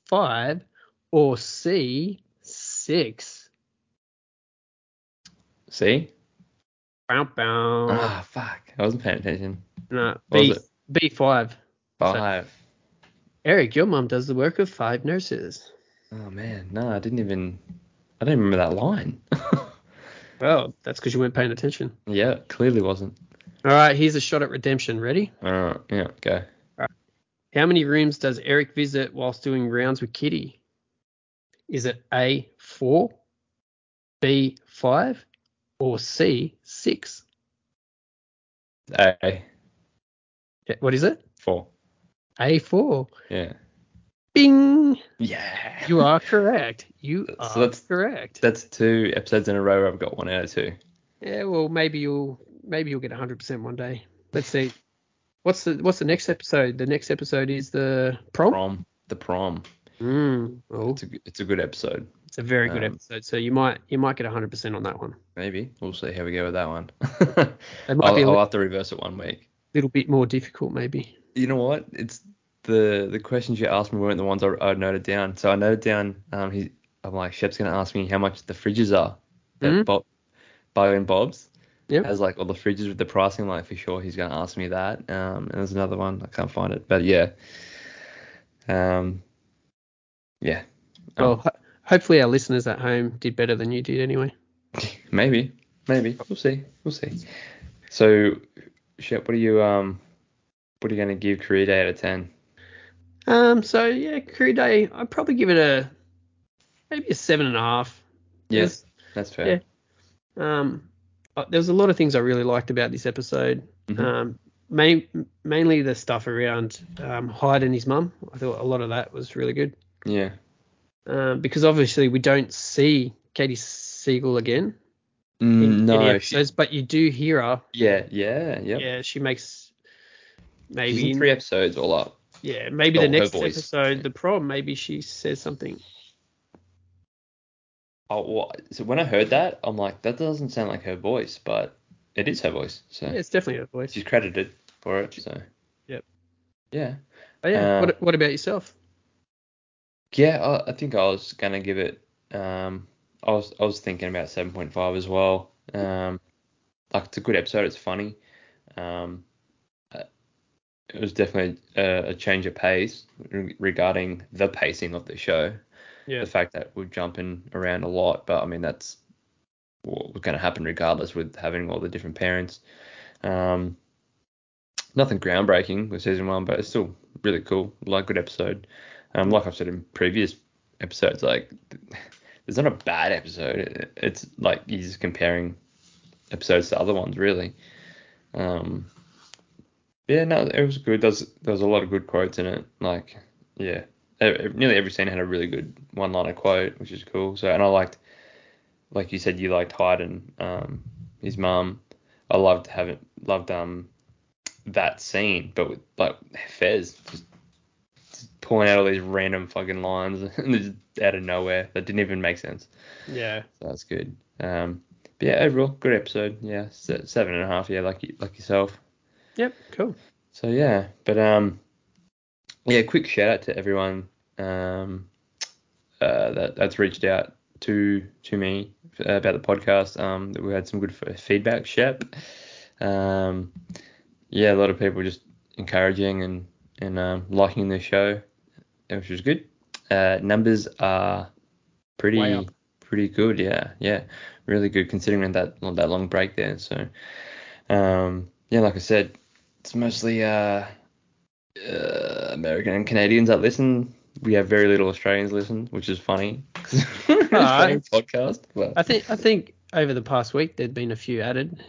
A: five, or C six?
B: See?
A: Bow, bow.
B: Ah, fuck. I wasn't paying attention.
A: No,
B: What
A: B
B: was
A: B five.
B: Five.
A: Eric, your mum does the work of five nurses.
B: Oh man, no, I didn't even. I don't remember that line.
A: Well, that's because you weren't paying attention.
B: yeah, clearly wasn't.
A: All right, here's a shot at redemption. Ready?
B: Uh, yeah, go.
A: How many rooms does Eric visit whilst doing rounds with Kitty? Is it A four, B five, or C six?
B: A
A: Yeah, What is it?
B: four.
A: A four.
B: Yeah.
A: Bing.
B: Yeah.
A: You are correct. You
B: So
A: are
B: that's-
A: correct.
B: That's two episodes in a row. where I've got one out of two.
A: Yeah, well, maybe you'll maybe you'll get 100% one day. Let's see. What's the what's the next episode? The next episode is the prom.
B: Prom. The prom.
A: Mm. Oh,
B: It's a, g- it's a good episode.
A: it's a very good
B: Um,
A: episode. So you might you might get 100% on that one.
B: Maybe. We'll see how we go with that one.
A: It might
B: I'll,
A: be a
B: I'll
A: li-
B: have to reverse it one week.
A: little bit more difficult, maybe.
B: you know what? It's the the questions you asked me weren't the ones I, I noted down. So I noted down. Um, he, I'm like, Shep's gonna ask me how much the fridges are. That
A: Mhm.
B: Bob, Bio and Bob's.
A: Yep.
B: Has like all the fridges with the pricing. Like for sure, he's gonna ask me that. Um, and there's another one I can't find it, but yeah. Um, yeah. Oh.
A: Well, ho- hopefully our listeners at home did better than you did anyway.
B: Maybe. Maybe. We'll see. We'll see. So, Shep, what are you um, what are you gonna give Career Day out of ten?
A: Um, so yeah, career day, I'd probably give it a maybe a seven and a half.
B: Yes, that's fair.
A: Yeah. Um, uh, there was a lot of things I really liked about this episode.
B: Mhm.
A: Um, main, mainly the stuff around um, Hyde and his mum. I thought a lot of that was really good.
B: Yeah.
A: Um, because obviously we don't see Katie Siegel again in
B: Mm,
A: any
B: no, she-
A: episodes, but you do hear her.
B: Yeah, yeah, yep. yeah.
A: Yeah, she makes
B: She's
A: maybe
B: in three episodes all up.
A: Yeah, maybe
B: Oh,
A: the
B: her
A: next
B: voice.
A: episode, the prom, maybe she says something.
B: Oh, wha- so when I heard that, I'm like, that doesn't sound like her voice, but it is her voice. So
A: Yeah, it's definitely her voice.
B: she's credited for it. So.
A: Yep.
B: Yeah.
A: But Oh, yeah,
B: uh,
A: what, what about yourself?
B: Yeah, I, I think I was gonna give it. Um, I was I was thinking about 7.5 as well. Um, like it's a good episode. It's funny. Um, uh, it was definitely a, a change of pace re- regarding the pacing of the show.
A: Yeah.
B: The fact that we're jumping around a lot, but I mean that's what was going to happen regardless with having all the different parents. Um, nothing groundbreaking with season one, but it's still really cool. Like good episode. Um, like I've said in previous episodes, like it's not a bad episode. It's like you're just comparing episodes to other ones, really. Um, yeah, no, it was good. There's there's a lot of good quotes in it. Like, yeah, E- nearly every scene had a really good one-liner quote, which is cool. So, and I liked, like you said, you liked Hyde and um, his mum. I loved having loved um that scene, but with like Fez just, just pulling out all these random fucking lines and just out of nowhere that didn't even make sense.
A: Yeah.
B: So that's good. Um, but yeah, overall, good episode. Yeah, se- seven and a half. Yeah, like y- like yourself.
A: Yep. Cool.
B: So yeah, but um, yeah, quick shout out to everyone um, uh, that that's reached out to to me uh, about the podcast. Um, that we had some good f- feedback. Shep. Um, yeah, a lot of people just encouraging and and um, liking the show, which is good. Uh, numbers are
A: Way
B: pretty
A: up.
B: pretty good. Yeah, yeah, really good considering that that long break there. So um, yeah, like I said, it's mostly uh, uh, American and Canadians that listen. We have very little Australians listen, which is funny. 'cause we're an
A: No, I-
B: Australian podcast. but-
A: I think I think over the past week there'd been a few added,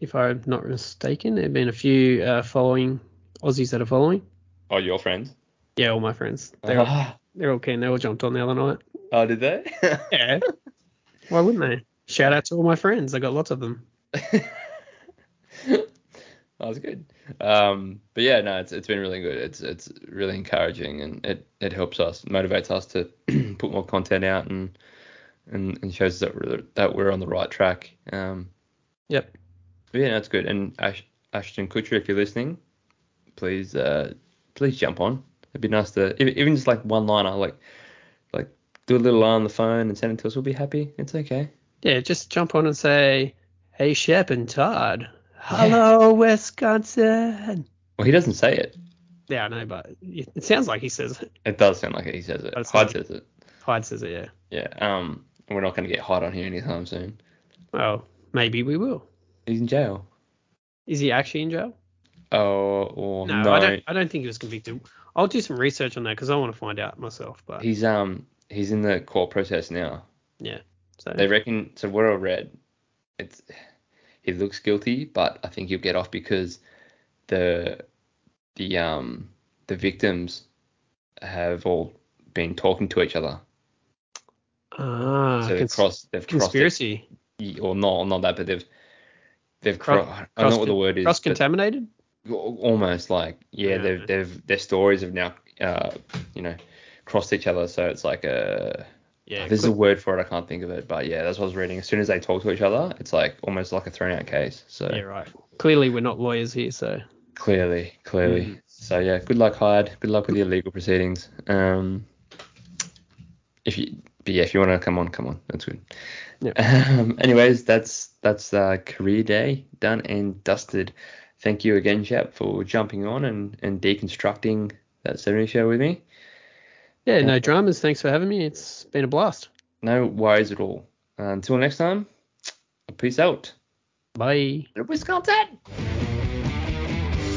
A: if I'm not mistaken. There've been a few uh, following Aussies that are following.
B: oh, your friends?
A: Yeah, all my friends. They're all,
B: Ah,
A: they're all keen. They all jumped on the other night.
B: Oh, did they?
A: Yeah. Why wouldn't they? Shout out to all my friends. I got lots of them.
B: that was good. Um, but yeah, no, it's it's been really good. It's it's really encouraging and it, it helps us, motivates us to put more content out and and, and shows that we're that we're on the right track. Um,
A: Yep.
B: but yeah, that's good. And Ash, Ashton Kutcher, if you're listening, please uh please jump on. It'd be nice to even even just like one liner, like like do a little line on the phone and send it to us. We'll be happy. It's okay.
A: Yeah, just jump on and say, "Hey Shep and Todd, hello Wisconsin."
B: Well, he doesn't say it.
A: Yeah, I know,
B: Mm.
A: but it it sounds like he says it.
B: It does sound like it. He says it.
A: That's
B: Hyde
A: not-
B: says it.
A: Hyde says it. Yeah.
B: Yeah. Um, we're not going to get Hyde on here anytime soon.
A: Well, maybe we will.
B: He's in jail.
A: Is he actually in jail?
B: Oh, or
A: No,
B: no.
A: I don't. I don't think he was convicted. I'll do some research on that because I want to find out myself. But
B: He's um he's in the court process now.
A: so,
B: They reckon. So what I read, it's he looks guilty, but I think he'll get off because the the um the victims have all been talking to each other.
A: ah,
B: so they've
A: cons-
B: crossed they've
A: conspiracy,
B: crossed it, or not not that, but they've they've
A: Cro-
B: crossed. I don't know what the word is.
A: cross
B: but-
A: contaminated.
B: al- almost like yeah,
A: Yeah.
B: they've they've their stories have now uh you know crossed each other so it's like a
A: Yeah,
B: there's
A: cl-
B: a word for it I can't think of it but yeah that's what I was reading as soon as they talk to each other it's like almost like a thrown out case so
A: yeah, right. Clearly, we're not lawyers here, so
B: clearly clearly
A: Mm.
B: so yeah good luck Hyde good luck with your legal proceedings um if you but yeah if you want to come on come on that's good um, anyways that's that's uh career day done and dusted thank you again, Shep, for jumping on and, and deconstructing that 70 show with me.
A: yeah, no dramas. Thanks for having me. It's been a blast.
B: No worries at all. until next time, peace out.
A: Bye.
B: Wisconsin!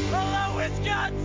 C: Hello, Wisconsin!